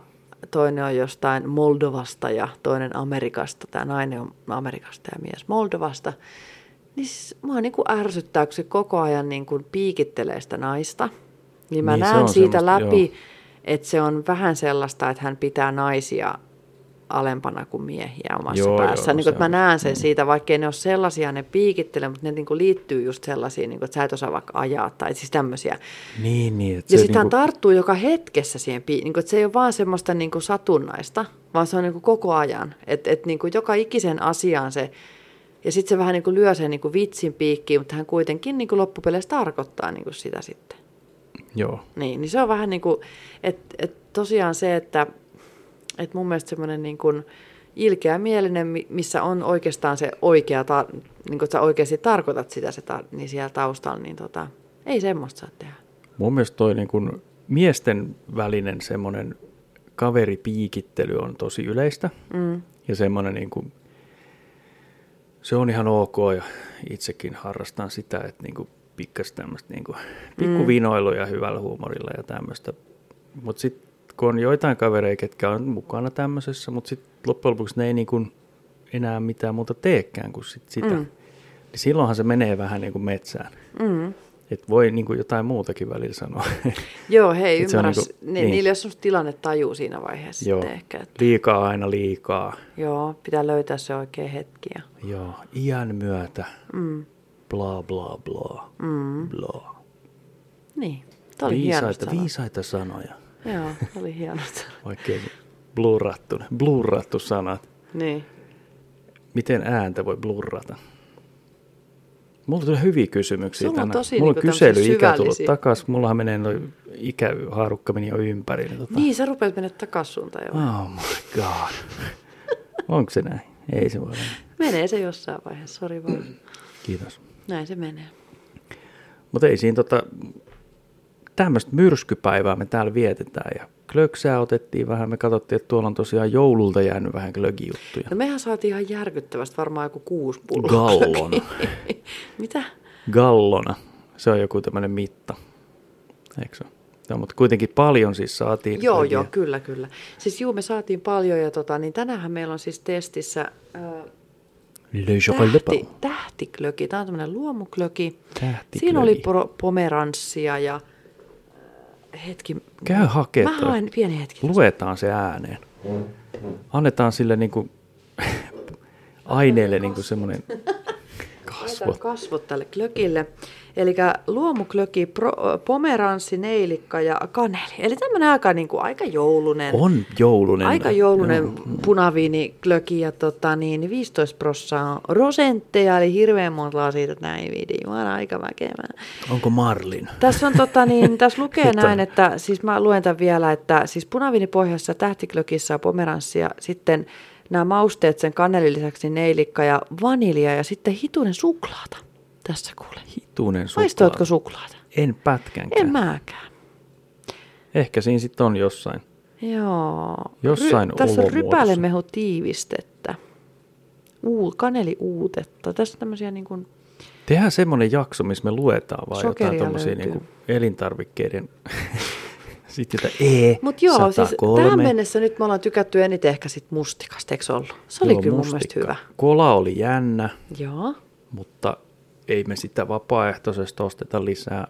[SPEAKER 2] toinen on jostain Moldovasta ja toinen Amerikasta. Tämä nainen on Amerikasta ja mies Moldovasta. Niin siis mua niin kuin ärsyttää, kun se koko ajan niin kuin piikittelee sitä naista. Niin mä
[SPEAKER 3] Niin,
[SPEAKER 2] niin,
[SPEAKER 3] se
[SPEAKER 2] näen
[SPEAKER 3] on
[SPEAKER 2] siitä
[SPEAKER 3] semmoista,
[SPEAKER 2] läpi,
[SPEAKER 3] joo.
[SPEAKER 2] että se on vähän sellaista, että hän pitää naisia alempana kuin miehiä omassa
[SPEAKER 3] Joo,
[SPEAKER 2] joo,
[SPEAKER 3] joo,
[SPEAKER 2] päässä. Joo,
[SPEAKER 3] no
[SPEAKER 2] niin
[SPEAKER 3] se
[SPEAKER 2] kuin, että mä
[SPEAKER 3] on.
[SPEAKER 2] näen sen siitä, vaikkei ne ole sellaisia, ne piikittelee, mutta ne niin kuin liittyy just sellaisiin, niin kuin, että sä et osaa vaikka ajaa tai siis tämmöisiä.
[SPEAKER 3] Niin, niin. Että
[SPEAKER 2] Ja
[SPEAKER 3] se
[SPEAKER 2] sitten hän
[SPEAKER 3] niinku-
[SPEAKER 2] tarttuu joka hetkessä siihen, pii- niin kuin, että se ei ole vaan semmoista niin kuin satunnaista, vaan se on niin kuin koko ajan. Että et, niin kuin joka ikisen asiaan se, ja sitten se vähän niin kuin lyö sen niin kuin vitsin piikkiin, mutta hän kuitenkin niin kuin loppupeleissä tarkoittaa niin kuin sitä sitten.
[SPEAKER 3] Joo.
[SPEAKER 2] Niin, niin se on vähän niin kuin, että et tosiaan se, että et mun mielestä semmoinen niin kuin ilkeä mielinen, missä on oikeastaan se oikea, ta, niin kuin, että sä oikeasti tarkoitat sitä se ta, niin siellä taustalla, niin tota, ei semmoista saa tehdä.
[SPEAKER 3] Mun mielestä toi niin kun miesten välinen semmoinen kaveripiikittely on tosi yleistä.
[SPEAKER 2] Mm.
[SPEAKER 3] Ja semmoinen niin kun, se on ihan ok ja itsekin harrastan sitä, että niin kun pikkas tämmöistä niin kun, pikkuvinoiluja hyvällä huumorilla ja tämmöistä. Mutta sitten kun on joitain kavereita, ketkä on mukana tämmöisessä, mutta sitten loppujen lopuksi ne ei niin kun enää mitään muuta teekään kuin sit sitä. Mm.
[SPEAKER 2] Mm.
[SPEAKER 3] Niin silloinhan se menee vähän niin kuin metsään.
[SPEAKER 2] Mm.
[SPEAKER 3] Et voi niin kuin jotain muutakin välillä sanoa.
[SPEAKER 2] Joo, hei,
[SPEAKER 3] Et se on
[SPEAKER 2] ymmärrä.
[SPEAKER 3] niinku-
[SPEAKER 2] Niinku, niin,
[SPEAKER 3] niin.
[SPEAKER 2] niin. Niillä ei ole semmoista tilannetaju siinä vaiheessa
[SPEAKER 3] Joo.
[SPEAKER 2] sitten ehkä. Että,
[SPEAKER 3] Liikaa aina liikaa.
[SPEAKER 2] joo, pitää löytää se oikea hetki. Ja,
[SPEAKER 3] Joo, iän myötä.
[SPEAKER 2] mm,
[SPEAKER 3] Bla bla bla.
[SPEAKER 2] mm,
[SPEAKER 3] Bla.
[SPEAKER 2] niin, tämä oli hienosti
[SPEAKER 3] Viisaita,
[SPEAKER 2] sanottu.
[SPEAKER 3] viisaita sanoja.
[SPEAKER 2] Joo, tää oli hienosti sanottu.
[SPEAKER 3] Oikein blurrattu, blurrattu sanat.
[SPEAKER 2] Niin.
[SPEAKER 3] Miten ääntä voi blurrata? Mulla tulee hyviä kysymyksiä
[SPEAKER 2] Sulla on
[SPEAKER 3] tänään.
[SPEAKER 2] tosi
[SPEAKER 3] Mulla on
[SPEAKER 2] niinku
[SPEAKER 3] kyselyikä
[SPEAKER 2] tämmösiä
[SPEAKER 3] tullut
[SPEAKER 2] syvällisiä.
[SPEAKER 3] takaisin. Mullahan menee noin ikähaarukka meni jo ympäri. Niin tota,
[SPEAKER 2] Niin, sä rupeat mennä takas suuntaan jo.
[SPEAKER 3] Oh my god. Onko se näin? Ei se voi olla.
[SPEAKER 2] Menee se jossain vaiheessa, sori vaan.
[SPEAKER 3] Kiitos.
[SPEAKER 2] Näin se menee.
[SPEAKER 3] Mutta ei siinä tota, tämmöistä myrskypäivää me täällä vietetään ja klöksää otettiin vähän. Me katsottiin, että tuolla on tosiaan joululta jäänyt vähän klögijuttuja.
[SPEAKER 2] No mehän saatiin ihan järkyttävästi varmaan joku kuusi pulloa.
[SPEAKER 3] Gallona.
[SPEAKER 2] Mitä?
[SPEAKER 3] Gallona. Se on joku tämmöinen mitta. Eikö se? Joo, mutta kuitenkin paljon siis saatiin.
[SPEAKER 2] Joo,
[SPEAKER 3] klögiä.
[SPEAKER 2] joo, kyllä, kyllä. Siis juu, me saatiin paljon ja tota, niin tänäänhän meillä on siis testissä ää,
[SPEAKER 3] Le chocolat de
[SPEAKER 2] tähti,
[SPEAKER 3] Pau.
[SPEAKER 2] tähtiklöki. Tämä on tämmöinen luomuklöki.
[SPEAKER 3] Tähtiklöki.
[SPEAKER 2] Siinä oli pro- pomeranssia ja äh, hetki.
[SPEAKER 3] Käy hakee
[SPEAKER 2] Mä
[SPEAKER 3] toi.
[SPEAKER 2] haen pieni hetki.
[SPEAKER 3] Luetaan se ääneen. Annetaan sille niinku aineelle niinku semmoinen
[SPEAKER 2] Kasvot.
[SPEAKER 3] kasvot.
[SPEAKER 2] kasvot tälle klökille. Eli luomuklöki, pro, pomeranssi, neilikka ja kaneli. Eli tämmöinen aika, niin kuin, aika joulunen.
[SPEAKER 3] On joulunen.
[SPEAKER 2] Aika joulunen
[SPEAKER 3] Joo.
[SPEAKER 2] punaviini klöki ja tota, niin 15 prossaa on rosentteja, eli hirveän montaa siitä, että näin viidi, jumala aika väkevää.
[SPEAKER 3] Onko Marlin?
[SPEAKER 2] Tässä on tota niin, tässä lukee
[SPEAKER 3] Nyt on.
[SPEAKER 2] näin, että siis mä luen tämän vielä, että siis punaviinipohjassa tähtiklökissä on pomeranssia, sitten nämä mausteet sen kanelin lisäksi niin neilikka ja vanilja ja sitten hitunen suklaata. Tässä kuule.
[SPEAKER 3] Hitunen suklaa.
[SPEAKER 2] Maistoitko suklaata?
[SPEAKER 3] En pätkänkään.
[SPEAKER 2] En mäkään.
[SPEAKER 3] Ehkä siinä sitten on jossain.
[SPEAKER 2] Joo.
[SPEAKER 3] Jossain
[SPEAKER 2] tässä on
[SPEAKER 3] olomuodossa.
[SPEAKER 2] rypälemehu tiivistettä. Uu, kaneli uutetta. Tässä on tämmöisiä niin kuin,
[SPEAKER 3] Tehdään semmoinen jakso, missä me luetaan vaan jotain
[SPEAKER 2] Sokeria
[SPEAKER 3] tuommoisia
[SPEAKER 2] löytyy.
[SPEAKER 3] niinku elintarvikkeiden. sitten jotain E,
[SPEAKER 2] Mutta joo, siis
[SPEAKER 3] 103.
[SPEAKER 2] tähän mennessä nyt me ollaan tykätty eniten ehkä sit mustikasta, eikö ollut? Se oli
[SPEAKER 3] Joo,
[SPEAKER 2] joo, kyllä mun mielestä
[SPEAKER 3] mustikka.
[SPEAKER 2] hyvä.
[SPEAKER 3] Kola oli jännä,
[SPEAKER 2] Joo.
[SPEAKER 3] mutta ei me sitä vapaaehtoisesti osteta lisää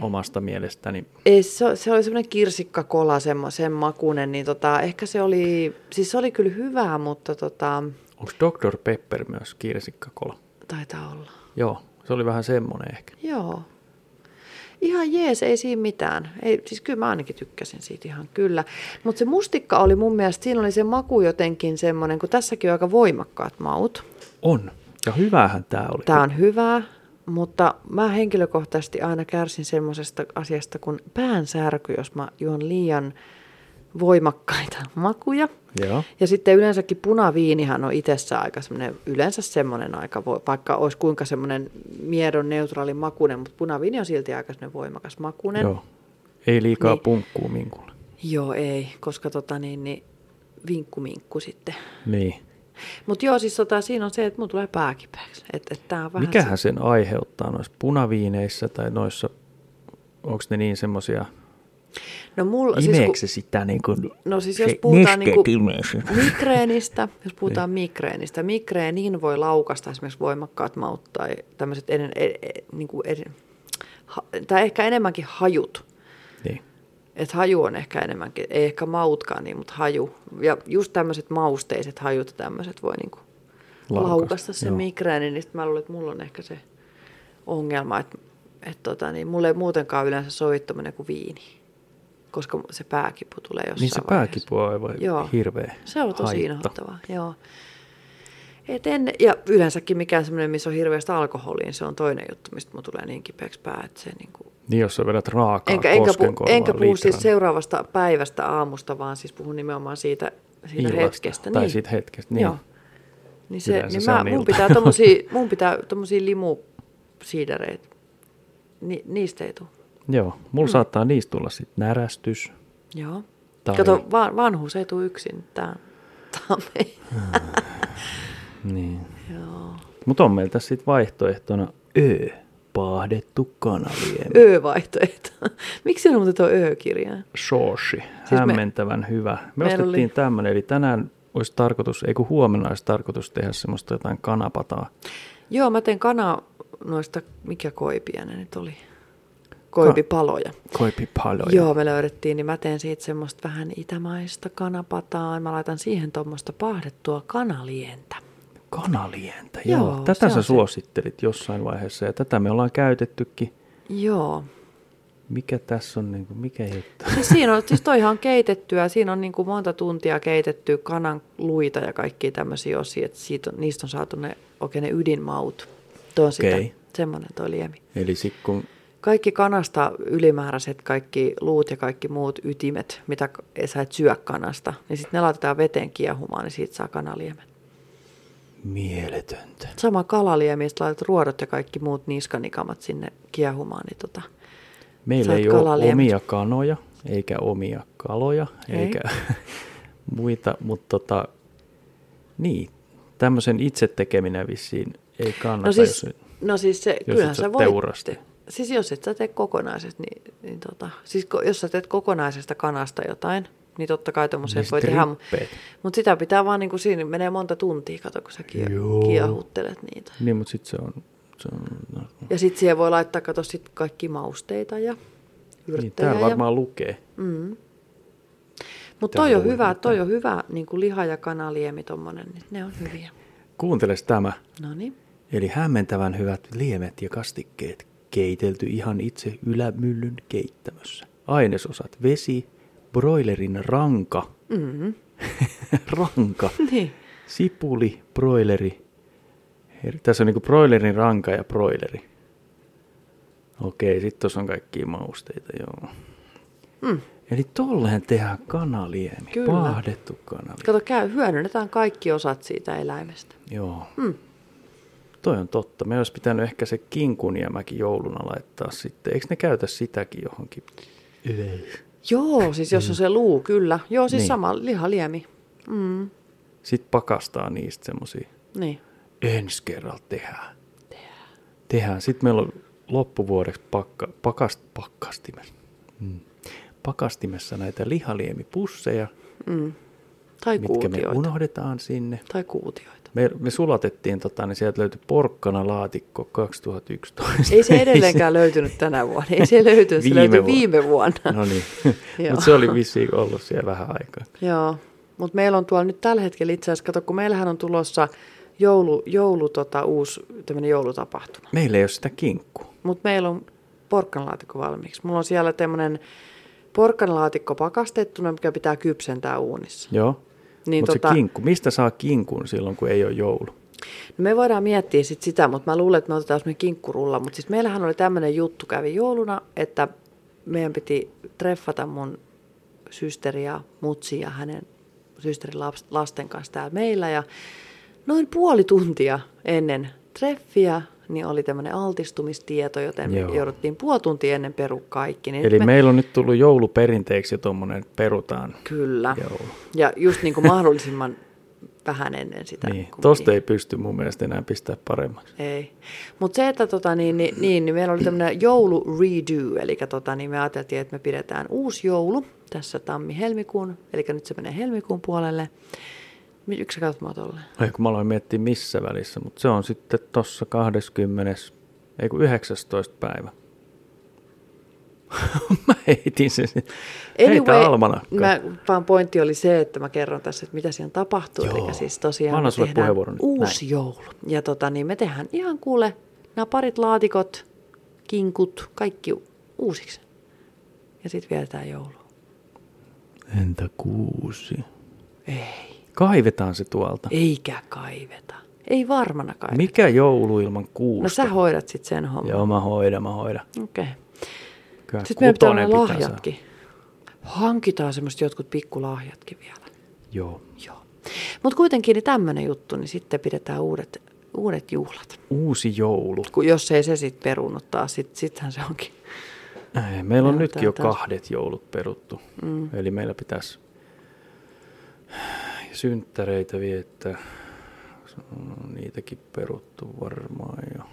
[SPEAKER 3] omasta mielestäni.
[SPEAKER 2] Ei, se, se oli semmoinen kirsikkakola, semmo, sen makunen, niin tota, ehkä se oli, siis se oli kyllä hyvää, mutta tota,
[SPEAKER 3] Onko Dr. Pepper myös kirsikkakola?
[SPEAKER 2] taitaa olla.
[SPEAKER 3] Joo, se oli vähän semmoinen ehkä.
[SPEAKER 2] Joo. Ihan jees, ei siinä mitään. Ei, siis kyllä mä ainakin tykkäsin siitä ihan kyllä. Mutta se mustikka oli mun mielestä, siinä oli se maku jotenkin semmoinen, kun tässäkin on aika voimakkaat maut.
[SPEAKER 3] On. Ja hyvähän tämä oli.
[SPEAKER 2] Tämä on hyvää, mutta mä henkilökohtaisesti aina kärsin semmoisesta asiasta kuin päänsärky, jos mä juon liian voimakkaita makuja.
[SPEAKER 3] Joo.
[SPEAKER 2] Ja sitten yleensäkin punaviinihan on itsessään aika semmoinen, yleensä semmoinen aika, voi- vaikka olisi kuinka semmoinen miedon neutraali makunen, mutta punaviini on silti aika semmoinen voimakas makunen.
[SPEAKER 3] Joo. Ei liikaa niin.
[SPEAKER 2] Niin.
[SPEAKER 3] punkkuu minkulle.
[SPEAKER 2] Joo, ei, koska tota niin, niin vinkkuminkku sitten.
[SPEAKER 3] Niin.
[SPEAKER 2] Mutta joo, siis tota, siinä on se, että mun tulee pääkipeäksi. Et, et tää on vähän
[SPEAKER 3] Mikähän sen aiheuttaa noissa punaviineissä tai noissa, onko ne niin semmoisia,
[SPEAKER 2] se- No mulla, siis,
[SPEAKER 3] imeekö
[SPEAKER 2] kun-
[SPEAKER 3] se sitä niin kuin,
[SPEAKER 2] No siis jos puhutaan niinku
[SPEAKER 3] ilmeisesti.
[SPEAKER 2] migreenistä, jos puhutaan
[SPEAKER 3] Niin.
[SPEAKER 2] migreenistä, migreeniin voi laukasta esimerkiksi voimakkaat maut tai tämmöiset, e- en, en, en, niin kuin en, ha, tai ehkä enemmänkin hajut,
[SPEAKER 3] Niin.
[SPEAKER 2] Et haju on ehkä enemmänkin, ei ehkä mautkaan niin, mutta haju. Ja just tämmöiset mausteiset hajut ja tämmöiset voi niinku
[SPEAKER 3] Laukasta,
[SPEAKER 2] laukasta, laukasta se
[SPEAKER 3] joo.
[SPEAKER 2] migreeni, niin sit mä luulen, että mulla on ehkä se ongelma, että et tota, niin, mulla ei muutenkaan yleensä sovittaminen kuin viini, koska se pääkipu tulee jossain
[SPEAKER 3] Niin se
[SPEAKER 2] vaiheessa.
[SPEAKER 3] pääkipu on aivan
[SPEAKER 2] Joo.
[SPEAKER 3] hirveä
[SPEAKER 2] Se on tosi
[SPEAKER 3] haitta.
[SPEAKER 2] inhottavaa, joo. Et en, ja yleensäkin mikään semmoinen, missä on hirveästi alkoholiin, se on toinen juttu, mistä mulla tulee niin kipeäksi pää, että se niin kuin,
[SPEAKER 3] Niin jos sä vedät raakaa
[SPEAKER 2] enkä, enkä, pu,
[SPEAKER 3] koskenkorvaan
[SPEAKER 2] enkä puhu siis
[SPEAKER 3] litran
[SPEAKER 2] seuraavasta päivästä aamusta, vaan siis puhun nimenomaan siitä, siitä
[SPEAKER 3] illasta,
[SPEAKER 2] hetkestä.
[SPEAKER 3] Tai
[SPEAKER 2] niin.
[SPEAKER 3] siitä hetkestä, niin. Joo.
[SPEAKER 2] Niin se,
[SPEAKER 3] Yleensä
[SPEAKER 2] niin
[SPEAKER 3] se
[SPEAKER 2] mä,
[SPEAKER 3] on
[SPEAKER 2] mun,
[SPEAKER 3] ilta.
[SPEAKER 2] pitää tommosia, mun pitää tommosia limusiidereitä. Ni, niistä ei tule.
[SPEAKER 3] Joo, mulla mm. saattaa niistä tulla sitten närästys.
[SPEAKER 2] Joo.
[SPEAKER 3] Tai-
[SPEAKER 2] Tai... Kato, va, vanhuus ei tule yksin. Tää, tää on meidän.
[SPEAKER 3] Niin.
[SPEAKER 2] Joo.
[SPEAKER 3] Mutta on meillä sitten vaihtoehtona ö, paahdettu kanaliemi.
[SPEAKER 2] Ö-vaihtoehto. Miksi siellä on muuten tuo Ö-kirja?
[SPEAKER 3] Sooshi,
[SPEAKER 2] me-
[SPEAKER 3] siis hämmentävän me, hyvä. Me
[SPEAKER 2] meillä oli-
[SPEAKER 3] ostettiin oli... tämmöinen, eli tänään olisi tarkoitus, ei kun huomenna olisi tarkoitus tehdä semmoista jotain kanapataa.
[SPEAKER 2] Joo, mä teen kana noista, mikä koipia ne nyt oli? Koipipaloja.
[SPEAKER 3] Koipipaloja.
[SPEAKER 2] Joo, me löydettiin, niin mä teen siitä semmoista vähän itämaista kanapataa. Mä laitan siihen tuommoista pahdettua kanalientä.
[SPEAKER 3] Kanalientä, joo.
[SPEAKER 2] Joo, se
[SPEAKER 3] Tätä
[SPEAKER 2] on
[SPEAKER 3] sä
[SPEAKER 2] se.
[SPEAKER 3] suosittelit jossain vaiheessa ja tätä me ollaan käytettykin.
[SPEAKER 2] Joo.
[SPEAKER 3] Mikä tässä on, niin kuin, mikä juttu?
[SPEAKER 2] Siis siinä on, siis toihan on keitettyä, siinä on niin kuin monta tuntia keitetty kanan luita ja kaikki tämmöisiä osia, että siitä on, niistä on saatu ne oikein ne ydinmaut. Tuo on
[SPEAKER 3] Okei.
[SPEAKER 2] sitä, semmoinen toi liemi.
[SPEAKER 3] Eli sit kun,
[SPEAKER 2] Kaikki kanasta ylimääräiset, kaikki luut ja kaikki muut ytimet, mitä k- sä et syö kanasta, niin sitten ne laitetaan veteen kiehumaan, niin siitä saa kanaliemen.
[SPEAKER 3] mieletöntä.
[SPEAKER 2] Sama kalaliemi, sit laitat ruodot ja kaikki muut niskanikamat sinne kiehumaan, niin tota,
[SPEAKER 3] Meillä
[SPEAKER 2] Saat
[SPEAKER 3] ei ole
[SPEAKER 2] kalaliemet.
[SPEAKER 3] omia kanoja, eikä omia kaloja, ei.
[SPEAKER 2] Ei.
[SPEAKER 3] eikä muita, mutta tota, niin, tämmöisen itse tekeminen vissiin ei kannata.
[SPEAKER 2] No siis,
[SPEAKER 3] jos,
[SPEAKER 2] no siis se,
[SPEAKER 3] jos
[SPEAKER 2] kyllähän
[SPEAKER 3] et sä
[SPEAKER 2] sä voit.
[SPEAKER 3] teurasta.
[SPEAKER 2] te- Siis jos et sä tee kokonaisesta, niin, niin tota, siis ko- jos sä teet kokonaisesta kanasta jotain, niin totta kai tommoisen
[SPEAKER 3] Niin
[SPEAKER 2] voi
[SPEAKER 3] sit
[SPEAKER 2] tehdä.
[SPEAKER 3] rippeet.
[SPEAKER 2] Mutta sitä pitää vaan, niin kuin siinä menee monta tuntia, kato kun sä
[SPEAKER 3] Joo.
[SPEAKER 2] kio- kiehuttelet niitä.
[SPEAKER 3] Niin, mutta sitten se on, se on no,
[SPEAKER 2] Ja sitten siihen voi laittaa, kato sit kaikki mausteita ja
[SPEAKER 3] niin,
[SPEAKER 2] yrttejä.
[SPEAKER 3] täällä
[SPEAKER 2] ja...
[SPEAKER 3] varmaan lukee.
[SPEAKER 2] Mutta toi, on
[SPEAKER 3] voi
[SPEAKER 2] hyvä, toi on hyvä niin kuin liha- ja kanaliemi tommonen, niin ne on hyviä.
[SPEAKER 3] Kuunteles tämä.
[SPEAKER 2] No niin.
[SPEAKER 3] Eli hämmentävän hyvät liemet ja kastikkeet keitelty ihan itse ylämyllyn keittämössä. Ainesosat vesi, broilerin ranka,
[SPEAKER 2] Mm-hmm.
[SPEAKER 3] ranka,
[SPEAKER 2] Niin.
[SPEAKER 3] sipuli, broileri. Her- Tässä on niinku broilerin ranka ja broileri. Okei, sit tuossa on kaikkia mausteita, joo.
[SPEAKER 2] Mm.
[SPEAKER 3] Eli tolleen tehdään kanaliemi,
[SPEAKER 2] Kyllä.
[SPEAKER 3] paahdettu kanaliemi.
[SPEAKER 2] Kato, käy, hyödynnetään kaikki osat siitä eläimestä.
[SPEAKER 3] Joo.
[SPEAKER 2] Mm.
[SPEAKER 3] Toi on totta. Me olisi pitänyt ehkä se kinkun ja mäkin jouluna laittaa sitten. Eikö ne käytä sitäkin johonkin?
[SPEAKER 2] Joo, siis jos on se luu, kyllä. Joo, siis
[SPEAKER 3] Niin.
[SPEAKER 2] niin. sama lihaliemi. Mm,
[SPEAKER 3] Sitten pakastaa niistä semmosia.
[SPEAKER 2] niin.
[SPEAKER 3] Ensi kerralla tehdään. Tehdään. Sitten meillä on loppuvuodeksi pakka, pakast, pakastimessa. Mm. pakastimessa näitä lihaliemipusseja,
[SPEAKER 2] Mm. Tai
[SPEAKER 3] mitkä me
[SPEAKER 2] kuutioita.
[SPEAKER 3] unohdetaan sinne.
[SPEAKER 2] Tai kuutioita.
[SPEAKER 3] Me, me sulatettiin, tota, niin sieltä löytyi porkkana laatikko 2011.
[SPEAKER 2] Ei se edelleenkään löytynyt tänä vuonna. Ei se löytynyt, se
[SPEAKER 3] Viime
[SPEAKER 2] löytyi
[SPEAKER 3] vuonna.
[SPEAKER 2] viime vuonna.
[SPEAKER 3] No niin,
[SPEAKER 2] Joo.
[SPEAKER 3] mutta se oli vissiin ollut siellä vähän aikaa.
[SPEAKER 2] Joo, mutta meillä on tuolla nyt tällä hetkellä itse asiassa, kato, kun meillähän on tulossa joulu, joulu tota, uusi tämmöinen joulutapahtuma.
[SPEAKER 3] Meillä ei ole sitä kinkkua.
[SPEAKER 2] Mutta meillä on porkkanlaatikko valmiiksi. Mulla on siellä tämmöinen porkkanlaatikko pakastettuna, mikä pitää kypsentää uunissa.
[SPEAKER 3] Joo. Niin
[SPEAKER 2] Niin
[SPEAKER 3] Mutta tota...
[SPEAKER 2] tota-
[SPEAKER 3] se kinkku, mistä saa kinkun silloin, kun ei ole joulu?
[SPEAKER 2] No me voidaan miettiä sit sitä, mutta mä luulen, että me otetaan semmoinen kinkkurulla. Mutta siis meillähän oli tämmöinen juttu, kävi jouluna, että meidän piti treffata mun systeri ja mutsi ja hänen systerin laps- lasten kanssa täällä meillä. Ja noin puoli tuntia ennen treffiä niin oli tämmöinen altistumistieto, joten me
[SPEAKER 3] Joo.
[SPEAKER 2] jouduttiin puoli tuntia ennen peru kaikki. Niin
[SPEAKER 3] Eli
[SPEAKER 2] me-
[SPEAKER 3] me... meillä on nyt tullut jouluperinteeksi jo tuommoinen, että perutaan.
[SPEAKER 2] Kyllä.
[SPEAKER 3] Joo.
[SPEAKER 2] Ja just niin kuin mahdollisimman vähän ennen sitä.
[SPEAKER 3] Niin.
[SPEAKER 2] kun-
[SPEAKER 3] Tosta ei pysty mun mielestä enää pistää paremmaksi.
[SPEAKER 2] Ei. Mutta se, että tota, niin, niin, niin, niin meillä oli tämmöinen joulu redo, eli tota, niin me ajateltiin, että me pidetään uusi joulu tässä tammi-helmikuun, eli nyt se menee helmikuun puolelle. Mi- Yksi katsot mua tolleen.
[SPEAKER 3] Ai kun mä aloin miettiä missä välissä, mutta se on sitten tossa 20. ei kun 19. päivä. mä heitin sen. Heitä almanakka.
[SPEAKER 2] mä, vaan pointti oli se, että mä kerron tässä, että mitä siinä tapahtuu.
[SPEAKER 3] Joo.
[SPEAKER 2] Eli siis tosiaan
[SPEAKER 3] Mä annan
[SPEAKER 2] me
[SPEAKER 3] sulle
[SPEAKER 2] tehdään
[SPEAKER 3] puheenvuoron nyt.
[SPEAKER 2] uusi joulu. Ja tota, niin me tehdään ihan kuule nämä parit laatikot, kinkut, kaikki u- uusiksi. Ja sitten vietetään joulua.
[SPEAKER 3] Entä kuusi?
[SPEAKER 2] Ei,
[SPEAKER 3] Kaivetaan se tuolta.
[SPEAKER 2] eikä kaiveta. Ei varmana kaiveta.
[SPEAKER 3] Mikä joulu ilman
[SPEAKER 2] No
[SPEAKER 3] kuusta?
[SPEAKER 2] sä hoidat sitten sen homman.
[SPEAKER 3] Joo, mä hoidan, mä hoidan.
[SPEAKER 2] Okei. Okay.
[SPEAKER 3] Kyllä
[SPEAKER 2] Sitten meidän pitää olla
[SPEAKER 3] kutonen
[SPEAKER 2] ne
[SPEAKER 3] pitää saada.
[SPEAKER 2] lahjatkin. Hankitaan semmoiset jotkut pikkulahjatkin vielä.
[SPEAKER 3] Joo.
[SPEAKER 2] Joo. Mutta kuitenkin niin tämmöinen juttu, niin sitten pidetään uudet, uudet juhlat.
[SPEAKER 3] Uusi joulu.
[SPEAKER 2] Kun jos ei se sitten perunut taas, sit, sittenhän se onkin.
[SPEAKER 3] Ei, meillä on
[SPEAKER 2] Joo,
[SPEAKER 3] nytkin jo
[SPEAKER 2] tää taas-
[SPEAKER 3] kahdet joulut peruttu. Mm. Eli meillä pitäisi synttäreitä viettää. Se on Niitäkin peruttu varmaan jo.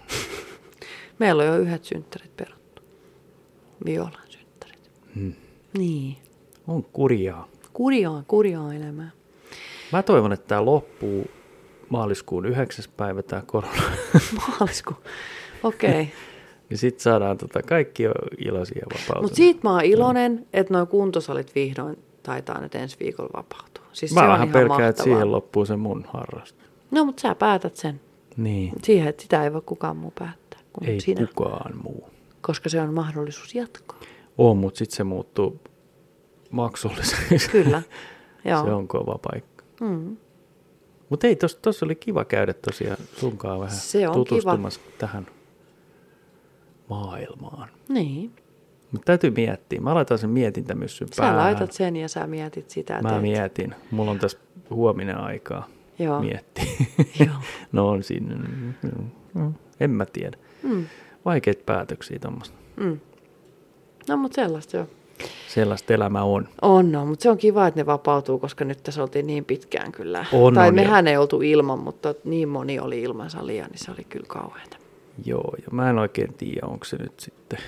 [SPEAKER 2] Meillä on jo yhdet synttärit peruttu. Violan synttärit.
[SPEAKER 3] Hmm.
[SPEAKER 2] Niin.
[SPEAKER 3] On kurjaa.
[SPEAKER 2] Kurjaa, kurjaa elämää.
[SPEAKER 3] Mä toivon, että tämä loppuu maaliskuun 9. päivä tämä korona.
[SPEAKER 2] Maalisku. Okei. Okay.
[SPEAKER 3] ja sitten saadaan tota kaikki jo iloisia vapautuneita.
[SPEAKER 2] Mutta siitä mä oon iloinen, että noin kuntosalit vihdoin taitaa nyt ensi viikolla vapautua. Siis se
[SPEAKER 3] Mä
[SPEAKER 2] on
[SPEAKER 3] vähän
[SPEAKER 2] ihan
[SPEAKER 3] pelkään,
[SPEAKER 2] mahtavaa.
[SPEAKER 3] että siihen loppuu se mun harrastus.
[SPEAKER 2] No, mutta sä päätät sen.
[SPEAKER 3] Niin.
[SPEAKER 2] Siihen, että sitä ei voi kukaan muu päättää kuin
[SPEAKER 3] Ei
[SPEAKER 2] sinä,
[SPEAKER 3] kukaan muu.
[SPEAKER 2] koska se on mahdollisuus jatkaa.
[SPEAKER 3] On, mutta sitten se muuttuu maksulliseksi.
[SPEAKER 2] Kyllä, joo.
[SPEAKER 3] se on kova paikka.
[SPEAKER 2] Mm.
[SPEAKER 3] Mutta ei, tuossa tos oli kiva käydä tosiaan sunkaan vähän
[SPEAKER 2] Se on
[SPEAKER 3] tutustumassa kiva. tähän maailmaan.
[SPEAKER 2] Niin,
[SPEAKER 3] Mutta täytyy miettiä. Mä laitan sen mietintämyssyn
[SPEAKER 2] sä
[SPEAKER 3] päähän.
[SPEAKER 2] laitat sen ja sä mietit sitä.
[SPEAKER 3] Mä
[SPEAKER 2] teet-
[SPEAKER 3] mietin. Mulla on tässä huominen aikaa
[SPEAKER 2] Joo.
[SPEAKER 3] miettiä.
[SPEAKER 2] Joo.
[SPEAKER 3] no on siinä. En mä tiedä.
[SPEAKER 2] Mm.
[SPEAKER 3] Vaikeita päätöksiä tuommoista.
[SPEAKER 2] Mm. No, mutta sellaista joo.
[SPEAKER 3] Sellaista elämä on.
[SPEAKER 2] On, no, mutta se on kiva, että ne vapautuu, koska nyt tässä oltiin niin pitkään kyllä.
[SPEAKER 3] On,
[SPEAKER 2] tai
[SPEAKER 3] on,
[SPEAKER 2] mehän ei oltu ilman, mutta niin moni oli ilman salia, niin se oli kyllä kauheata.
[SPEAKER 3] Joo, ja mä en oikein tiedä, onko se nyt sitten,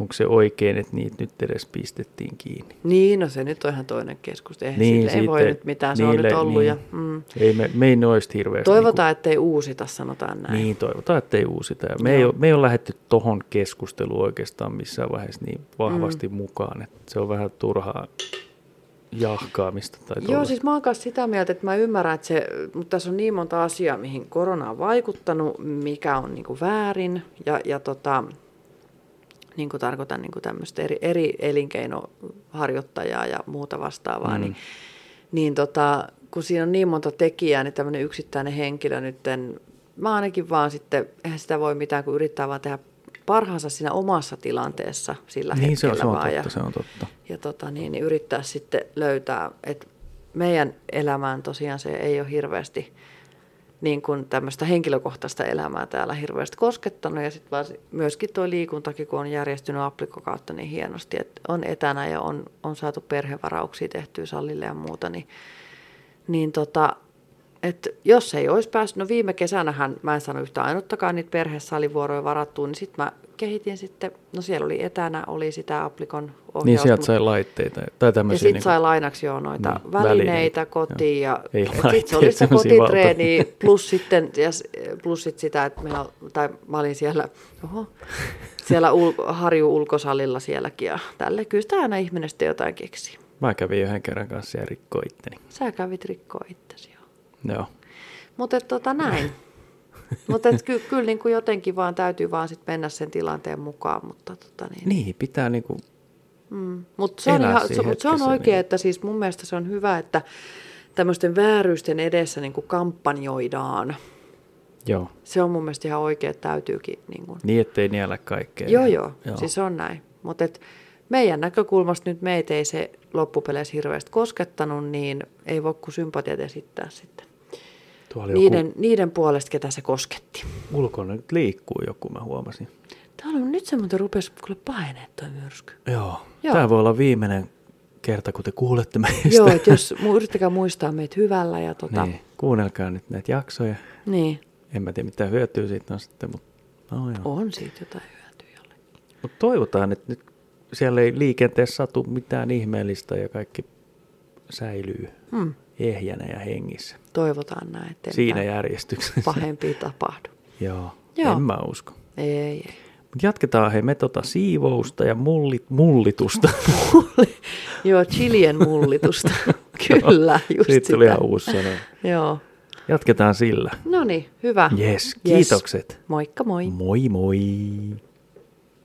[SPEAKER 3] onko se oikein, että niitä nyt edes pistettiin kiinni.
[SPEAKER 2] Niin, no se nyt on ihan toinen keskustelu. Eihän niin, sille ei voi
[SPEAKER 3] siitä-
[SPEAKER 2] nyt mitään, se on
[SPEAKER 3] niille-
[SPEAKER 2] nyt ollut.
[SPEAKER 3] niin.
[SPEAKER 2] Ja, mm.
[SPEAKER 3] Ei, me, me ei noista hirveästi. niinku-
[SPEAKER 2] Toivotaan, ettei uusita, sanotaan näin.
[SPEAKER 3] Niin, niin, toivotaan, ettei uusita. Ja Me ei,
[SPEAKER 2] Joo.
[SPEAKER 3] ole, me ei ole lähdetty tohon keskusteluun oikeastaan missään vaiheessa niin vahvasti mm. mukaan. Että se on vähän turhaa jahkaamista. Tai
[SPEAKER 2] Joo,
[SPEAKER 3] tollaista.
[SPEAKER 2] siis mä oon kanssa sitä mieltä, että mä ymmärrän, että se, mutta tässä on niin monta asiaa, mihin korona on vaikuttanut, mikä on niin kuin väärin ja, ja tota, niin kuin tarkoitan niin kuin tämmöistä eri, eri elinkeinoharjoittajaa ja muuta vastaavaa, mm. niin, niin tota, kun siinä on niin monta tekijää, niin tämmöinen yksittäinen henkilö nytten, mä ainakin vaan sitten, eihän sitä voi mitään, kun yrittää vaan tehdä parhaansa siinä omassa tilanteessa sillä
[SPEAKER 3] niin se
[SPEAKER 2] hetkellä
[SPEAKER 3] on, se on
[SPEAKER 2] vaan. ja-
[SPEAKER 3] totta, se on totta.
[SPEAKER 2] ja tota, niin, niin yrittää sitten löytää, että meidän elämään tosiaan se ei ole hirveästi niin kuin tämmöistä henkilökohtaista elämää täällä hirveästi koskettanut ja sitten vaan se- myöskin tuo liikuntakin, kun on järjestynyt applikko kautta niin hienosti, että on etänä ja on, on saatu perhevarauksia tehtyä sallille ja muuta, niin, niin tota, et jos ei olisi päässyt, no viime kesänähän mä en saanut yhtä ainuttakaan niitä perhesalivuoroja varattua, niin sitten mä kehitin sitten, no siellä oli etänä, oli sitä applikon ohjausta.
[SPEAKER 3] Niin sieltä
[SPEAKER 2] mut-
[SPEAKER 3] sai laitteita. Tai
[SPEAKER 2] ja
[SPEAKER 3] tämmöisiä
[SPEAKER 2] sitten
[SPEAKER 3] niin
[SPEAKER 2] sai lainaksi jo noita
[SPEAKER 3] niin,
[SPEAKER 2] niin,
[SPEAKER 3] välineitä,
[SPEAKER 2] välineitä
[SPEAKER 3] joo.
[SPEAKER 2] kotiin ja
[SPEAKER 3] Ei
[SPEAKER 2] sitten se
[SPEAKER 3] laitteet,
[SPEAKER 2] oli sitä
[SPEAKER 3] semmosia
[SPEAKER 2] kotitreeniä
[SPEAKER 3] valtavia.
[SPEAKER 2] plus sitten ja, s- plus sit sitä, että meillä, tai mä olin siellä, oho, siellä ul, Harju ulkosalilla sielläkin ja tälle. Kyllä sitä aina ihminen sitten jotain keksii.
[SPEAKER 3] Mä kävin yhden kerran kanssa ja rikkoin itteni.
[SPEAKER 2] Sä kävit rikkoa itsesi joo.
[SPEAKER 3] Joo.
[SPEAKER 2] Mutta tota näin. Mutta ky, kyllä niin kuin jotenkin vaan täytyy vaan sit mennä sen tilanteen mukaan, mutta tota niin.
[SPEAKER 3] Niin, pitää niinku
[SPEAKER 2] Mutta se, on
[SPEAKER 3] elää
[SPEAKER 2] ihan,
[SPEAKER 3] siinä
[SPEAKER 2] se, Mm. mut se on
[SPEAKER 3] hetkessä,
[SPEAKER 2] oikein,
[SPEAKER 3] niin.
[SPEAKER 2] niin. että siis mun mielestä se on hyvä, että tämmöisten vääryysten edessä niin kuin kampanjoidaan.
[SPEAKER 3] Joo.
[SPEAKER 2] Se on mun mielestä ihan oikein, että täytyykin. Niin kuin.
[SPEAKER 3] Niin, ettei niellä kaikkea.
[SPEAKER 2] Joo, joo,
[SPEAKER 3] joo.
[SPEAKER 2] joo, siis on näin. Mutta meidän näkökulmasta nyt meitä ei se loppupeleissä hirveästi koskettanut, niin ei voi kuin sympatiat esittää sitten.
[SPEAKER 3] No Tuolla
[SPEAKER 2] Niiden, niiden puolesta, ketä se kosketti.
[SPEAKER 3] joku ulkona nyt liikkuu joku, mä huomasin.
[SPEAKER 2] Täällä on nyt se muuten rupesi kyllä paineen toi myrsky.
[SPEAKER 3] Joo.
[SPEAKER 2] Joo.
[SPEAKER 3] Tämä voi olla viimeinen kerta, kun te kuulette meistä.
[SPEAKER 2] Joo, että jos mu- yrittäkää muistaa meitä hyvällä ja tota,
[SPEAKER 3] niin, kuunnelkaa nyt näitä jaksoja.
[SPEAKER 2] niin,
[SPEAKER 3] En mä tiedä, mitä hyötyä siitä on sitten, mutta no joo.
[SPEAKER 2] on siitä jotain hyötyä jollekin.
[SPEAKER 3] Mut toivotaan, että nyt siellä ei liikenteessä satu mitään ihmeellistä ja kaikki säilyy
[SPEAKER 2] Mm.
[SPEAKER 3] ehjänä ja hengissä.
[SPEAKER 2] Toivotaan näin, ettei
[SPEAKER 3] Siinä
[SPEAKER 2] mitään
[SPEAKER 3] järjestyksessä.
[SPEAKER 2] pahempia tapahdu.
[SPEAKER 3] joo.
[SPEAKER 2] Joo.
[SPEAKER 3] En mä usko.
[SPEAKER 2] Ei, ei, ei.
[SPEAKER 3] Mut Jatketaan hei me tota siivousta ja mulli, mullitusta.
[SPEAKER 2] Mulli. Joo, chilien mullitusta. Kyllä, just
[SPEAKER 3] Siitä
[SPEAKER 2] sitä.
[SPEAKER 3] tuli ihan uusi sana.
[SPEAKER 2] Joo.
[SPEAKER 3] Jatketaan sillä.
[SPEAKER 2] No niin, hyvä.
[SPEAKER 3] Jes,
[SPEAKER 2] Jes.
[SPEAKER 3] kiitokset.
[SPEAKER 2] Moikka moi.
[SPEAKER 3] Moi moi.